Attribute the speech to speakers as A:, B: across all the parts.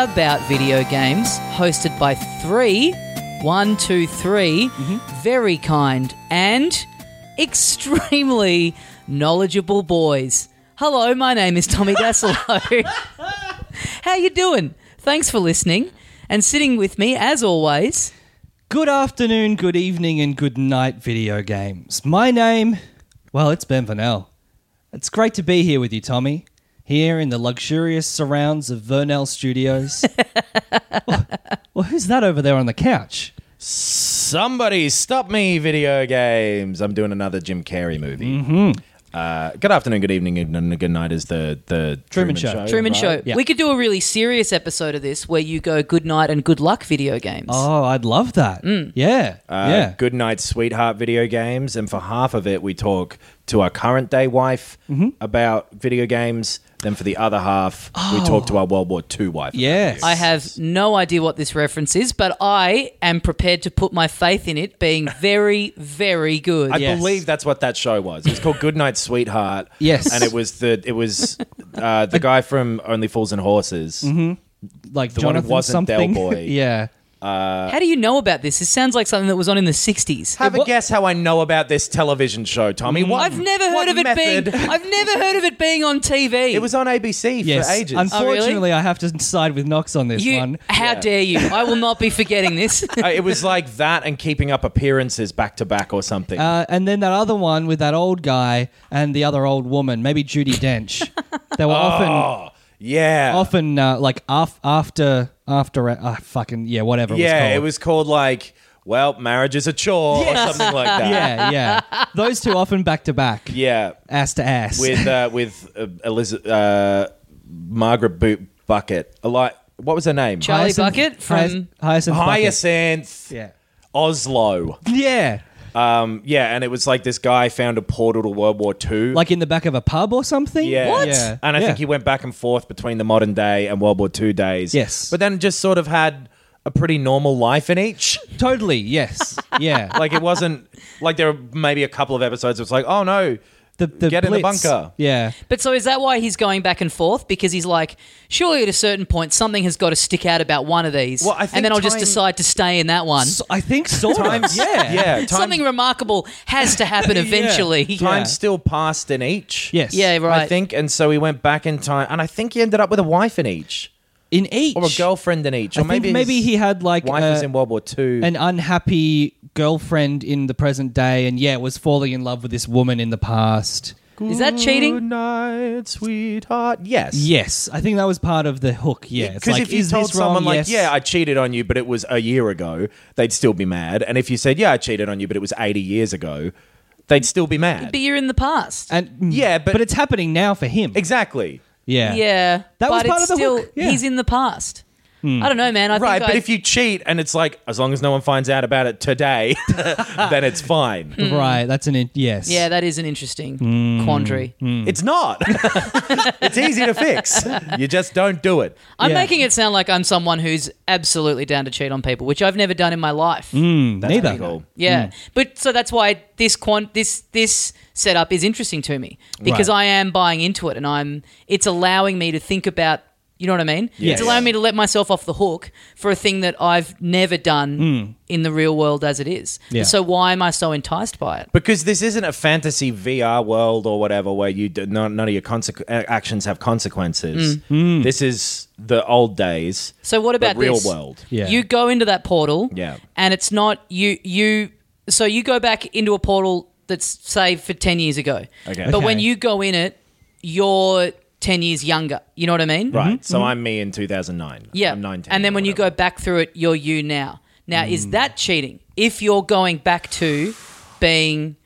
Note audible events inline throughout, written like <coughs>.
A: about video games hosted by three, one, two, three,
B: Mm-hmm.
A: very kind and <laughs> extremely knowledgeable boys. Hello, my name is Tommy
B: <laughs>
A: Dasilo. How you doing? Thanks for listening. And sitting with me, as always,
B: Good afternoon, good evening, and good night, video games. My name, well, it's Ben Vernell. It's great to be here with you, Tommy, here in the luxurious surrounds of
A: <laughs>
B: Vernell Studios. Well- well, who's that over there on the couch?
C: Somebody stop me, video games. I'm doing another Jim Carrey movie. Mm-hmm. Uh, good afternoon, good evening, and good night is the the
B: Truman Show.
A: Truman
C: right?
A: Show.
B: Yeah.
A: We could do a really serious episode of this where you go good night and good luck video games.
B: Oh, I'd love that.
A: Mm.
B: Yeah.
C: Uh,
B: yeah.
C: Good night, sweetheart. Video games, and for half of it, we talk to our current day wife
B: Mm-hmm.
C: about video games. Then for the other half,
B: Oh.
C: we talk to our World War II wife. about
B: Yes.
C: video
A: I have no idea what this reference is, but I am prepared to put my faith in it
C: <laughs>
A: being very, very good.
C: I
B: Yes.
C: believe that's what that show was. It was called Good Night Sweetheart.
B: Yes.
C: and it was the it was uh, the guy from Only Fools and Horses.
B: Mm-hmm. like
C: the one who
B: Jonathan
C: wasn't
B: something.
C: Delboy.
B: <laughs> yeah.
A: How do you know about this? This sounds like something that was on in the 60s.
C: Have a guess how I know about this television show, Tommy. What,
A: I've never heard
C: what
A: of it
C: method?
A: being <laughs> I've never heard of it being on TV.
C: It was on ABC
B: Yes.
C: for ages. Uh,
B: Unfortunately,
A: Oh, really?
B: I have to side with Knox on this
A: you,
B: one.
A: How dare you? I will not be forgetting this.
C: <laughs> Uh, it was like that and keeping up appearances back to back or something.
B: Uh, and then that other one with that old guy and the other old woman, maybe Judy Dench. they were often
C: Oh. yeah.
B: often uh, like af- after after uh, fucking yeah whatever it was
C: yeah,
B: called.
C: it was called like, well, marriage is a chore or something like that.
B: <laughs> yeah yeah those two often back to back
C: Yeah.
B: ass to ass
C: With uh, with uh, Elizabeth uh, Margaret Boot Bucket. A lot. What was her name?
A: Charlie Bucket from-
B: Hyacinth, Hyacinth Bucket.
C: Hyacinth.
B: yeah
C: Oslo.
B: yeah
C: Um, yeah, and it was like this guy found a portal to World War II.
B: like in the back of a pub or something
C: Yeah.
B: yeah.
C: And I
B: Yeah.
C: think he went back and forth between the modern day and World War II days.
B: Yes.
C: But then just sort of had a pretty normal life
A: <laughs>
C: in each.
B: totally yes yeah
C: <laughs> Like it wasn't like there were maybe a couple of episodes it's like, oh no,
B: the, the
C: get in the
B: Blitz.
C: bunker.
B: yeah
A: But so is that why he's going back and forth? Because he's like, surely at a certain point something has got to stick out about one of these,
C: Well, I think
A: and then I'll just
C: time-
A: decide to stay in that one.
B: so, I think sort of
C: Time's-
B: yeah
C: Yeah. Time,
A: <laughs> something remarkable has to
C: <laughs>
A: happen eventually.
C: time
B: Yeah.
C: still passed in each.
B: yes
A: Yeah, right.
C: I think. And so he went back in time. And I think he ended up with a wife in each
B: in each
C: or a girlfriend in each. Or
B: I
C: maybe
B: think maybe
C: his
B: he had like
C: wife
B: a-
C: was in World War II.
B: an unhappy girlfriend in the present day and yeah was falling in love with this woman in the past
A: Is that
C: Good
B: Mm.
A: cheating?
C: night, sweetheart. Yes.
B: yes i think that was part of the hook yeah it's
C: Because
B: like,
C: if you
B: is
C: told
B: this wrong?
C: someone like,
B: Yes.
C: "Yeah, I cheated on you, but it was a year ago," they'd still be mad. And if you said, "Yeah, I cheated on you, but it was eighty years ago," they'd still be mad.
A: But you're in the past.
B: and mm,
C: Yeah, but-
B: but it's happening now for him
C: exactly
B: yeah
A: yeah,
B: That was
A: but
B: part
A: it's
B: of the
A: still
B: hook, yeah. Hmm.
A: he's in the past. I don't know, man. I
C: right.
A: think
C: But
A: I-
C: if you cheat and it's like, as long as no one finds out about it today, <laughs> then it's fine.
B: right that's an in- yes
A: yeah, that is an interesting
B: Hmm.
A: quandary.
C: It's not. <laughs> it's easy to fix. You just don't do it.
A: I'm
B: Yeah.
A: making it sound like I'm someone who's absolutely down to cheat on people, which I've never done in my life.
C: That's
B: Neither.
C: pretty cool.
B: mm.
A: Yeah, but so that's why this quant this this setup is interesting to me because
B: Right.
A: I am buying into it, and I'm it's allowing me to think about. You know what I mean?
C: Yes.
A: It's allowing me to let myself off the hook for a thing that I've never done in the real world as it is.
B: Mm. Yeah.
A: So why am I so enticed by it?
C: Because this isn't a fantasy VR world or whatever where you do, none, none of your consequ- a- actions have consequences.
B: Hmm.
C: This is the old days.
A: So what about
C: real
A: this?
C: world.
B: Yeah.
A: You go into that portal.
C: Yeah.
A: And it's not you you so you go back into a portal that's say for 10 years ago.
C: Okay.
A: But when
B: Okay.
A: you go in it, you're 10 years younger. You know what I mean?
C: Right. So I'm me in 2009.
A: Mm-hmm, Yeah.
C: I'm 19.
A: And then
C: or
A: when you
C: whatever. Mm.
A: go back through it, you're you now. Now, is that cheating? If you're going back to being,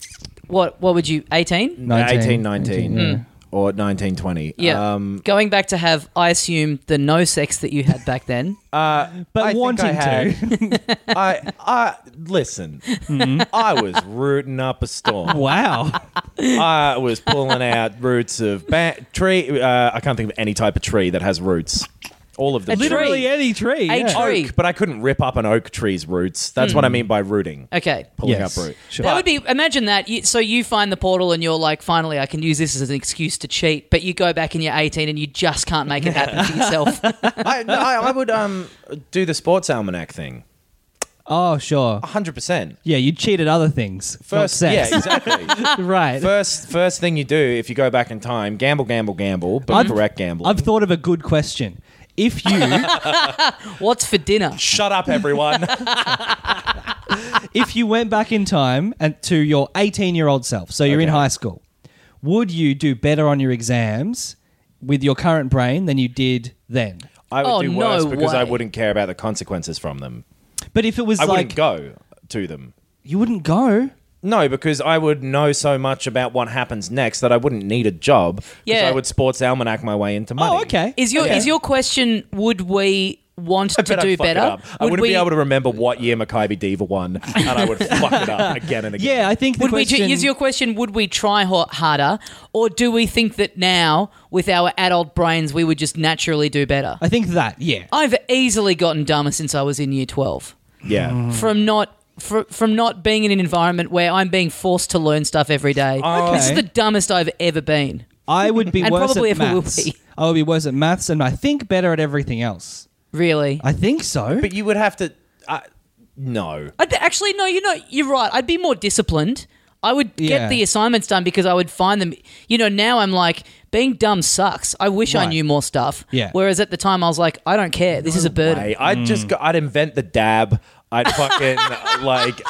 A: what what would you, 18?
B: 19,
C: 18, 19,
B: 18, yeah.
C: or 19, 20.
A: Mm. Yeah.
C: Um,
A: going back to have, I assume, the no sex that you had back then.
B: But
C: <laughs> I think
B: wanting
C: I had- <laughs>
B: to.
C: I, I, listen,
A: Mm-hmm.
C: I was rooting up a storm.
A: <laughs>
B: <laughs> wow.
C: I was pulling out roots of ba- tree. Uh, I can't think of any type of tree that has roots. All of them.
A: A tree.
B: Literally any tree.
A: A
B: yeah.
A: tree.
C: Oak, but I couldn't rip up an oak tree's roots. That's
A: Hmm.
C: what I mean by rooting.
A: okay.
C: Pulling
B: Yes.
C: up root.
B: Sure.
A: That would be imagine that. You, so you find the portal and you're like, finally, I can use this as an excuse to cheat. But you go back and you're 18 and you just can't make it happen for
C: <laughs>
A: yourself.
C: I, no, I, I would um, do the sports almanac thing.
B: Oh, sure.
C: 100%.
B: Yeah, you cheated other things.
C: First,
B: not sex.
C: yeah,
B: <laughs>
C: exactly.
B: right.
C: First, first thing you do if you go back in time, gamble, gamble, gamble, but
B: I've-
C: correct gamble.
B: I've thought of a good question. If
C: <laughs>
B: you
A: What's for dinner?
C: Shut
A: <laughs>
C: up, everyone.
B: if you went back in time and to your 18 year old self, so you're in
C: Okay.
B: high school, would you do better on your exams with your current brain than you did then?
C: I would
A: Oh,
C: do
A: no
C: worse because I
A: way.
C: wouldn't care about the consequences from them.
B: But if it was
C: I
B: like
C: wouldn't go to them.
B: you wouldn't go,
C: No, because I would know so much about what happens next that I wouldn't need a job. 'cause
A: Yeah.
C: I would sports almanac my way into money.
B: oh okay,
A: Is your is your question? Would we want
C: I
A: to
C: bet I'd
A: do
C: fuck it
A: better?
C: up. I wouldn't
A: we,
C: be able to remember what year Maccabi Diva won, and I would fuck
A: <laughs>
C: it up again and again.
B: yeah, I think the
A: Would we? ju-
B: question
A: Is your question? Would we try ho- harder, or do we think that now with our adult brains we would just naturally do better?
B: I think
A: <laughs>
B: that yeah,
A: I've easily gotten dumber since I was in year twelve.
C: yeah.
B: Mm.
A: from not fr- from not being in an environment where I'm being forced to learn stuff every day.
C: Oh.
A: This is
B: Okay.
A: the dumbest I've ever been.
B: I would be
A: And
B: worse
A: probably
B: at
A: if it will <laughs>
B: maths.
A: be.
B: I would be worse at maths, and I think better at everything else.
A: Really.
B: I think so.
C: But you would have to. I no.
A: I'd, actually, no, you know, you're right. I'd be more disciplined. I would
B: Yeah.
A: get the assignments done because I would find them. You know, now I'm like, being dumb sucks. I wish I
B: Right.
A: knew more stuff.
B: Yeah.
A: Whereas at the time, I was like, I don't care. This is a burden.
C: Way. I'd just go, I'd invent the dab. I'd
A: <laughs>
C: fucking like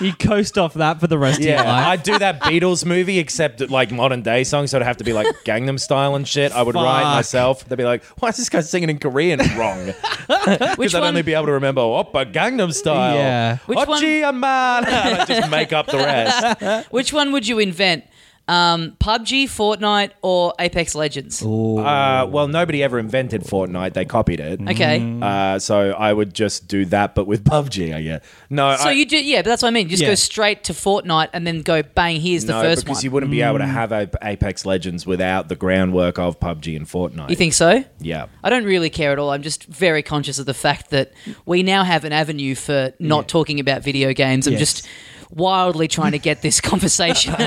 B: you coast off that for the rest of your
C: yeah.
B: life.
C: I'd do that Beatles movie except like modern day songs. So it'd have to
A: <laughs>
C: be like Gangnam Style and shit. I would write
B: Fuck.
C: myself. They'd be like, why is this guy singing in
A: <laughs>
C: Korean wrong?
A: Which
C: Because I'd
A: one?
C: only be able to remember Oppa Gangnam Style.
B: Yeah.
A: Which one-
C: Ochi Aman. <laughs> And I'd just make up the
A: <laughs>
C: rest.
A: which one would you invent? Um, PUBG, Fortnite, or Apex Legends?
C: Uh, well, nobody ever invented Fortnite. They copied it.
A: Okay.
C: Uh, so I would just do that, but with PUBG, I guess. No,
A: So
C: I,
A: you do, yeah, but that's what I mean. Just
B: Yeah.
A: go straight to Fortnite and then go bang. Here's the
C: no,
A: first
C: because
A: one.
C: you
A: You,
C: wouldn't be
B: Mm.
C: able to have a- Apex Legends without the groundwork of PUBG and Fortnite.
A: think so?
C: Yeah.
A: I don't really care at all. I'm just very conscious of the fact that we now have an avenue for not talking about video games. I'm
B: Yes.
A: just wildly trying to get this <laughs> conversation
B: <laughs>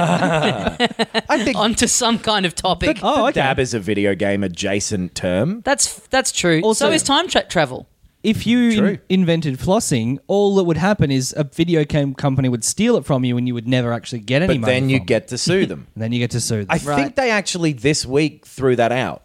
C: I think
A: onto some kind of topic.
B: oh, okay.
C: dab is a video game adjacent term.
A: That's that's true.
B: Also-
A: so is time tra- travel.
B: If you
C: True.
B: in- invented flossing, all that would happen is a video game company would steal it from you, and you would never actually get any
C: But
B: money.
C: then you
B: from it.
C: get
B: <laughs>
C: to sue them.
B: And then you get to sue them.
C: I think they actually this week threw that out.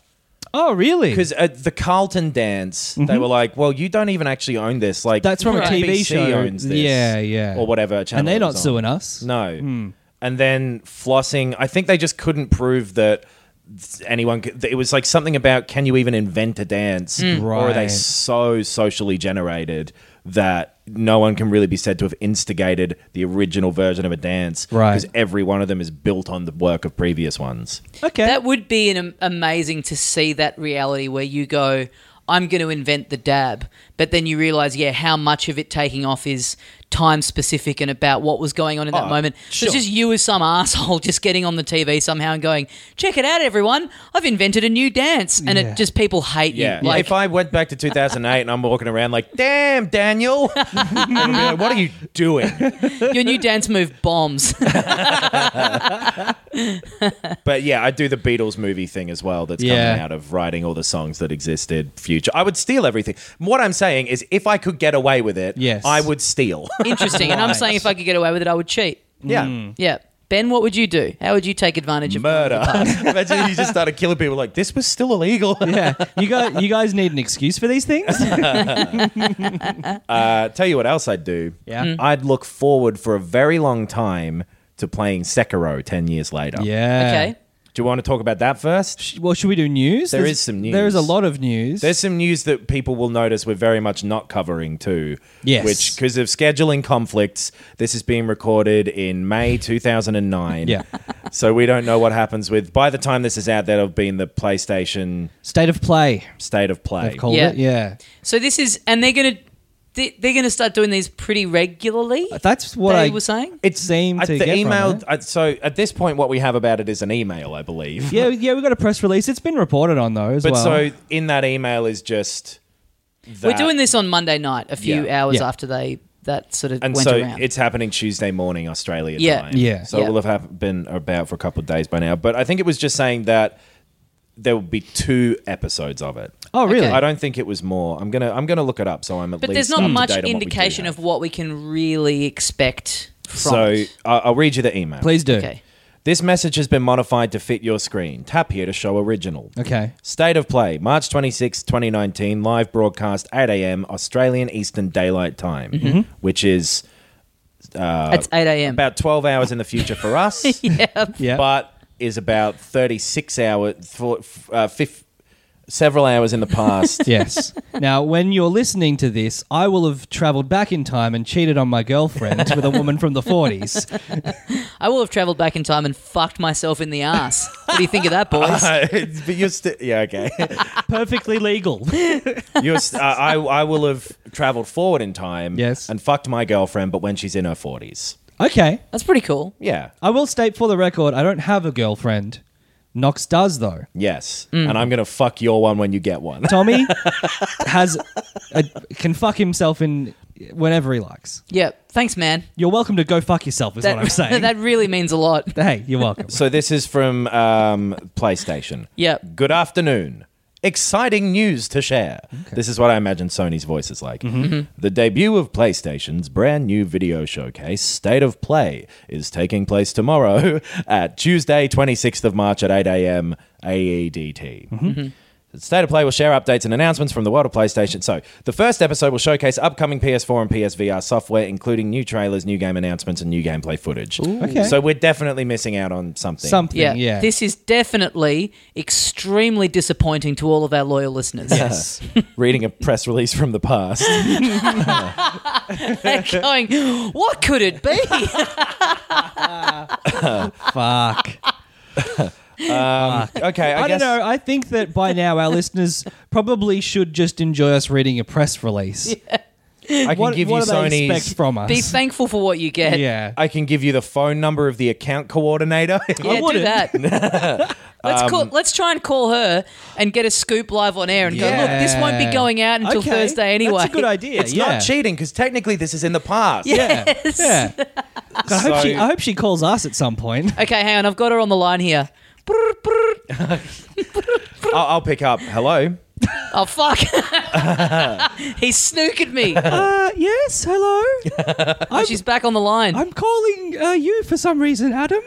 B: oh, really?
C: Because at the Carlton dance, they were like, "Well, you don't even actually own this. Like,
B: Mm-hmm. That's from
A: a
C: NBC
B: TV show.
C: Owns this,
B: Yeah, yeah.
C: or whatever." Channel
B: and they're
C: it
B: not
C: was on.
B: suing us.
C: No.
B: Hmm.
C: And then flossing. I think they just couldn't prove that th- anyone. Could, that it was like something about can you even invent a dance, or are they
B: Hmm. Right.
C: so socially generated that no one can really be said to have instigated the original version of a dance,
B: Right.
C: Because every one of them is built on the work of previous ones.
B: Okay.
A: That would be an, am- amazing to see that reality where you go, I'm going to invent the dab, but then you realize, yeah, how much of it taking off is time specific and about what was going on in that
C: Oh,
A: moment. So it's
C: sure.
A: just you as some <laughs> asshole just getting on the TV somehow and going, check it out, everyone, I've invented a new dance, and
B: Yeah.
A: it just people hate
C: Yeah.
A: you. Like,
C: if I went back to 2008 and I'm walking around like,
B: <laughs>
C: damn, Daniel, <laughs> I'd be like, what are you doing?
A: your new dance move
C: <laughs>
A: bombs.
C: But yeah, I do the Beatles movie thing as well. That's
B: Yeah.
C: coming out of writing all the songs that existed. Future, I would steal everything. What I'm saying is, if I could get away with it,
B: Yes.
C: I would steal. <laughs>
A: Interesting. And I'm saying if I could get away with it, I would cheat.
C: yeah,
B: Mm.
A: Yeah. Ben, what would you do? How would you take advantage of
C: Hmm. murder.
B: <laughs>
C: <laughs> Imagine if you just started killing people. Like this was still illegal.
B: yeah. <laughs> You guys, you guys need an excuse for
A: <laughs>
B: these things?
C: Uh, tell you what else I'd do.
B: Yeah. Mm.
C: I'd look forward for a very long time to playing Sekiro ten years later.
B: yeah.
A: Okay.
C: Do you want to talk about that first?
B: Sh- Well, should we do news?
C: There
B: There's-
C: is some
B: There is a
C: news.
B: lot of news.
C: There's some news that people will notice we're very much not covering too.
B: Yes.
C: Which, because of scheduling conflicts, this is being recorded in May 2009.
B: Yeah.
C: <laughs> so we don't know what happens with. By the time this is out, that'll have been the PlayStation
B: State of play.
C: state of play.
B: I've called
A: Yeah.
B: it. Yeah.
A: So this is, and they're going to they, they're going to start doing these pretty regularly.
B: Uh, That's what
A: they
B: I
A: were saying.
B: It seemed
C: Uh,
B: to
C: the
B: get
C: email.
B: From it.
C: uh, so at this point, what we have about it is an email, I believe. <laughs>
B: Yeah, yeah, we got a press release. It's been reported on though as
C: But
B: well.
C: so in that email is just.
A: We're doing this on Monday night, a few
C: Yeah.
A: hours
B: Yeah.
A: after they that sort of
C: And
A: went
C: so
A: around.
C: it's happening Tuesday morning, Australia
A: Yeah.
C: time.
B: Yeah.
C: So
A: Yeah.
C: it will have hap- been about for a couple of days by now. But I think it was just saying that there will be two episodes of it.
B: oh really?
A: Okay.
C: I don't think it was more. I'm gonna I'm gonna look it up. So I'm at
A: but
C: least
A: there's not
C: up to
A: much
C: date on what we do
A: indication
C: have.
A: of what we can really expect from.
C: So
A: it.
C: I I'll read you the email.
B: Please do.
A: okay,
C: This message has been modified to fit your screen. Tap here to show original.
B: Okay.
C: State of play, March 26, 2019, live broadcast 8 a.m. Australian Eastern Daylight Time,
B: Mm-hmm.
C: which is
A: it's eight a.m.
C: Uh, about 12 hours in the future for us,
A: <laughs> yeah,
B: <laughs> Yeah.
C: but is about 36 hours, for, uh, fif- several hours in the
B: <laughs>
C: past.
B: yes. Now, when you're listening to this, I will have traveled back in time and cheated on my girlfriend with a woman from the 40s.
A: I will have travelled back in time and fucked myself in the ass. what do you think of that,
C: <laughs>
A: boys?
C: <laughs> Uh, but you're still, yeah, okay. <laughs>
B: Perfectly legal.
C: You're st- uh, I, I will have traveled forward in time
B: Yes.
C: and fucked my girlfriend, but when she's in her 40s.
B: Okay.
A: That's pretty cool.
C: Yeah.
B: I will state for the record, I don't have a girlfriend. Knox does, though.
C: Yes. And I'm going to fuck your one when you get one.
B: Tommy has a, can fuck himself in whenever he likes.
A: Yeah, thanks, man.
B: You're welcome to go fuck yourself, is
A: That,
B: what I'm
A: <laughs>
B: saying.
A: that really means a lot.
B: hey, you're welcome.
C: So this is from um, PlayStation.
A: Yep.
C: Good afternoon. Exciting news to share. This is what I imagine Sony's voice is like. The debut of PlayStation's brand new video showcase, State of Play, is taking place tomorrow <laughs> at Tuesday, 26th of March at 8 a.m. AEDT. E State of Play will share updates and announcements from the world of PlayStation. So, the first episode will showcase upcoming PS4 and PSVR software, including new trailers, new game announcements, and new gameplay footage.
B: Okay.
C: So, we're definitely missing out on something.
B: Something,
A: Yeah.
B: yeah.
A: This is definitely extremely disappointing to all of our loyal listeners.
B: yes.
C: <laughs> reading a press release from
B: <laughs>
C: the past.
A: They're <laughs> going, what could it
B: <laughs>
A: be?
B: Fuck.
C: okay, I,
B: I, don't
C: guess.
B: know. I think that by now our listeners probably should just enjoy us reading a press release.
C: I can
B: What,
C: give
B: what
C: you
B: do they expect
C: Sony's.
B: from us?
A: be thankful for what you get.
B: yeah.
C: I can give you the phone number of the account coordinator. <laughs>
A: Yeah, do
B: wouldn't. Um,
A: that.
B: <laughs>
A: let's call, let's try and call her and get a scoop live on air and go, look, this won't be
B: Yeah.
A: going out until
B: Okay,
A: Thursday anyway.
B: That's a good idea.
C: it's
B: yeah.
C: not cheating because technically this is in the past.
B: Yeah. Yeah. God, I, hope
C: So-
B: she, I hope she calls us at
A: <laughs>
B: some point.
A: <laughs> Okay, hang on, I've got her on the line here. Brr, brr.
C: I'll, I'll pick up. Hello.
A: Oh
B: <laughs>
A: fuck! <laughs> he snookered me.
B: Uh, yes, hello.
A: Oh, she's back on the line.
B: <laughs> I'm calling uh, you for some reason, Adam.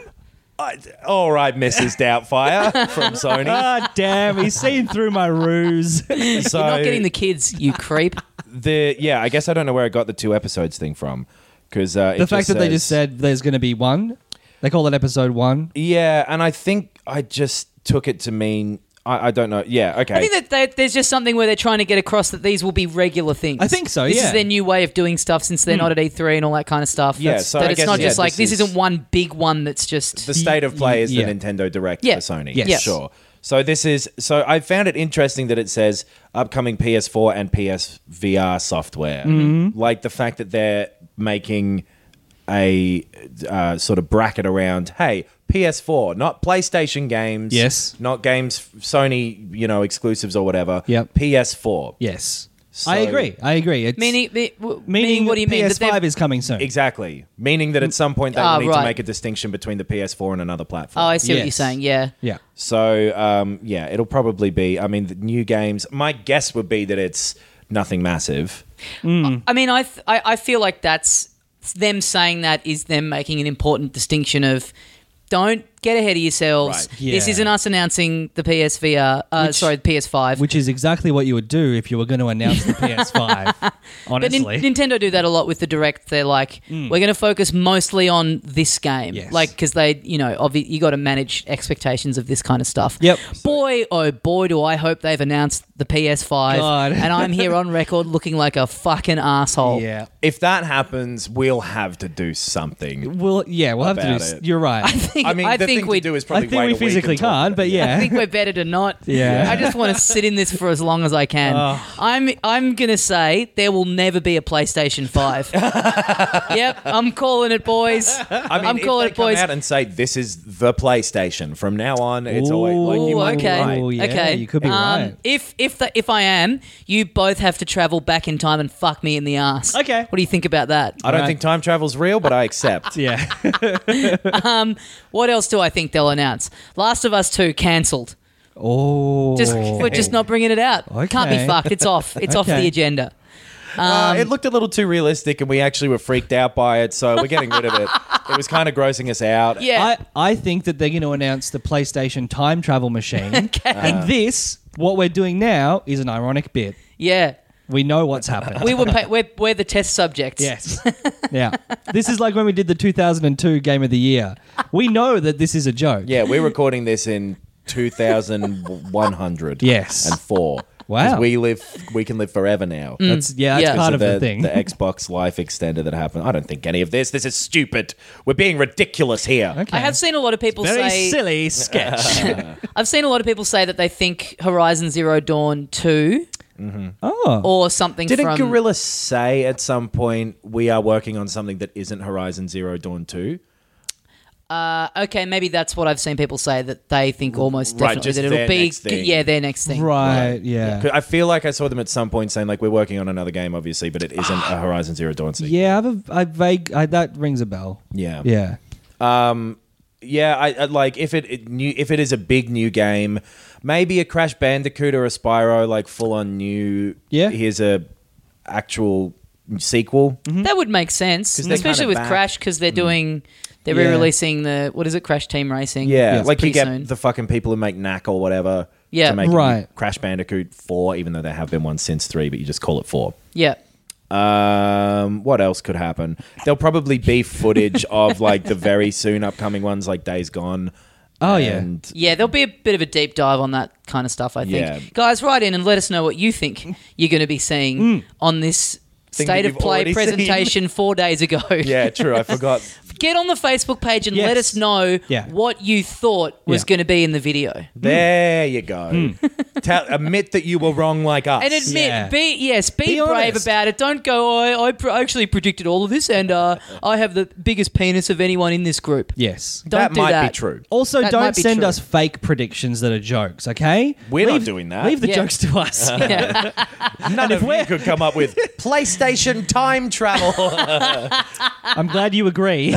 C: I- all right, Mrs.
B: <laughs>
C: Doubtfire from Sony.
B: Ah, damn, he's seen through
A: <laughs>
B: my ruse.
C: So
A: You're not getting the kids, you creep.
C: the yeah. I guess I don't know where I got the two episodes thing from because uh,
B: <laughs>
C: it
B: the fact that they just
C: says-
B: said there's going to be one, they call it episode one.
C: yeah, and I think I just took it to mean I, I don't know. Yeah, okay.
A: I think that they, there's just something where they're trying to get across that these will be regular things.
B: I think so,
A: This is
B: yeah.
A: their new way of doing stuff since they're not at E3 and all that kind of stuff.
C: Yeah,
A: That's-
C: so
A: that
C: I
A: it's
C: guess,
A: not
C: yeah,
A: just like
C: this
A: this
C: is-
A: isn't one big one that's just.
C: the state of play is
B: yeah.
C: the Nintendo Direct
A: Yeah.
C: for Sony.
B: Yes.
A: Yes.
C: Sure. So this is so I found it interesting that it says upcoming PS4 and PSVR software. Like the fact that they're making a uh, sort of bracket around hey PS4, not PlayStation games,
B: Yes.
C: not games Sony, you know, exclusives or whatever.
B: Yep.
C: PS4.
B: Yes.
C: So-
B: I agree. I agree. It's
A: meaning, me- w- meaning, what do you mean? That
B: PS5
A: they're-
B: is coming soon.
C: Exactly. Meaning that at some point they
A: Ah,
C: will need
A: right.
C: to make a distinction between the PS4 and another platform.
A: oh, I see what you're
B: Yes.
A: saying. Yeah.
B: Yeah.
C: So um, yeah, it'll probably be. I mean, the new games. My guess would be that it's nothing massive.
A: I mean, I, th- I I feel like that's them saying that is them making an important distinction of don't get ahead of yourselves.
C: Right.
A: This
B: Yeah.
A: isn't us announcing the PSVR, uh, sorry, the PS5.
B: Which is exactly what you would do if you were going to announce the PS5.
A: <laughs> but Nin-
B: Honestly.
A: Nintendo do that a lot with the direct. They're like,
C: Mm.
A: we're going to focus mostly on this game,
B: Yes.
A: like because they, you know, obvi- you got to manage expectations of this kind of stuff.
B: Yep.
A: Boy, oh boy, do I hope they've announced the PS5,
B: God.
A: and I'm here on record looking like a fucking asshole.
B: yeah.
C: If that happens, we'll have to do something.
B: Well, yeah, we'll have to do.
C: About
B: s-
C: it.
B: You're
A: <laughs> <laughs>
B: right.
A: I think,
C: I mean, the
A: think
C: thing
A: we
C: to do is
B: I
C: probably
B: think
C: wait
B: we
C: a week
B: physically
C: until-
B: can't, but
A: I
B: yeah.
A: think we're better to not.
C: <laughs>
B: Yeah.
A: I just want to sit in this for as long as I can.
C: Oh.
A: I'm I'm gonna say there will never be a PlayStation
C: <laughs>
A: Five. yep, I'm calling it, boys.
C: I mean,
A: I'm
C: if
A: calling
C: they
A: it,
C: come
A: boys.
C: out and say this is the PlayStation from now on. It's always like you
A: Ooh,
C: might be
A: okay.
C: right.
B: Ooh, yeah,
A: okay.
B: you could be
A: um,
B: right.
A: If if the, if I am, you both have to travel back in time and fuck me in the ass.
B: Okay.
A: What do you think about that?
C: I don't
B: Right.
C: think time travel's real, but I
A: <laughs>
C: accept. <laughs>
B: yeah.
A: What else do I think they'll announce? Last of Us Two cancelled.
B: Oh.
A: Just we're just not bringing it out. Can't be
B: Okay.
A: fucked. It's off. It's off
B: Okay.
A: the agenda. Um,
C: Uh, it looked a little too realistic, and we actually were freaked out by it, so we're getting
A: <laughs>
C: rid of it. It was kind of grossing us out.
A: Yeah.
B: I, I think that they're going to announce the PlayStation time
A: <laughs>
B: travel machine.
C: Uh.
B: And this, what we're doing now, is an ironic bit.
A: yeah.
B: We know
C: <laughs>
B: what's happened.
A: We were pa- we're, we're the test subjects. <laughs>
B: yes. yeah. This is like when we did the 2002 Game of the Year. We know that this is a joke.
C: Yeah, we're recording this in 2100.
B: Yes.
C: And four.
B: Wow.
C: 'Cause We live. We can live forever now.
B: That's, yeah, that's
A: Yeah.
B: part
C: So
B: of the thing.
C: the Xbox Life extender that happened. I don't think any of this. This is stupid. We're being ridiculous here.
A: I have seen a lot of people
B: Very
A: say
C: <laughs>
B: silly sketch.
A: I've seen a lot of people say that they think Horizon Zero Dawn 2
B: oh.
A: or something
C: Didn't
A: from
C: Gorilla say at some point we are working on something that isn't Horizon Zero Dawn two?
A: Okay, maybe that's what I've seen people say that they think almost
C: Right,
A: definitely
C: just
A: that it'll
C: their
A: be
C: next thing.
A: yeah, their next thing.
B: Right, yeah.
C: 'Cause I feel like I saw them at some point saying like we're working on another game, obviously, but it isn't
B: Ah.
C: a Horizon Zero Dawn sequel.
B: Yeah, I have a I vague. I, that rings a bell.
C: Yeah.
B: Yeah.
C: Yeah, I, I like if it, it new if it is a big new game, maybe a Crash Bandicoot or a Spyro, like full on new.
B: Yeah.
C: here's a actual sequel.
B: Mm-hmm.
A: That would make sense,
C: Mm-hmm. 'Cause they're
A: especially
C: kinda
A: with
C: back. Mm.
A: Crash cuz they're doing they're
B: Yeah.
A: re-releasing the what is it Crash Team Racing?
C: Yeah,
B: Yes.
C: like
A: Pretty
C: you get
A: soon.
C: the fucking people who make Knack or whatever.
A: Yeah.
C: to make a new
B: Right.
C: Crash Bandicoot four, even though there have been one since three, but you just call it four.
A: Yeah.
C: Um, what else could happen? There'll probably be footage of like the very soon upcoming ones, like Days Gone.
B: Oh, yeah.
C: and-
A: Yeah, there'll be a bit of a deep dive on that kind of stuff, I think.
C: Yeah.
A: Guys, write in and let us know what you think you're going to be seeing on this
C: Mm. Thing that
A: State of
C: you've
A: Play
C: already <laughs> seen.
A: presentation 4 days ago.
C: yeah, true. I forgot.
A: <laughs> Get on the Facebook page and let
B: Yes.
A: us know
B: Yeah.
A: what you thought was
B: Yeah.
A: going to be in the video.
C: There you go.
B: Hmm.
C: Tell, admit that you were wrong, like us.
A: And admit,
B: Yeah.
A: be yes, be,
B: Be
A: brave
B: honest.
A: about it. Don't go. "Oh, I I pr- actually predicted all of this, and uh, I have the biggest penis of anyone in this group.
B: Yes.
A: Don't
C: that
A: do
C: might
A: that.
C: be true.
B: Also,
A: That might
B: don't
A: be
B: send
A: true.
B: us fake predictions that are jokes, okay?
C: We're not doing that.
B: Leave the
A: Yeah.
B: jokes to
C: <laughs>
B: us.
A: Yeah.
C: None of you could come up
A: <laughs>
C: with PlayStation time
B: <laughs>
C: travel.
B: <laughs> I'm glad you agree.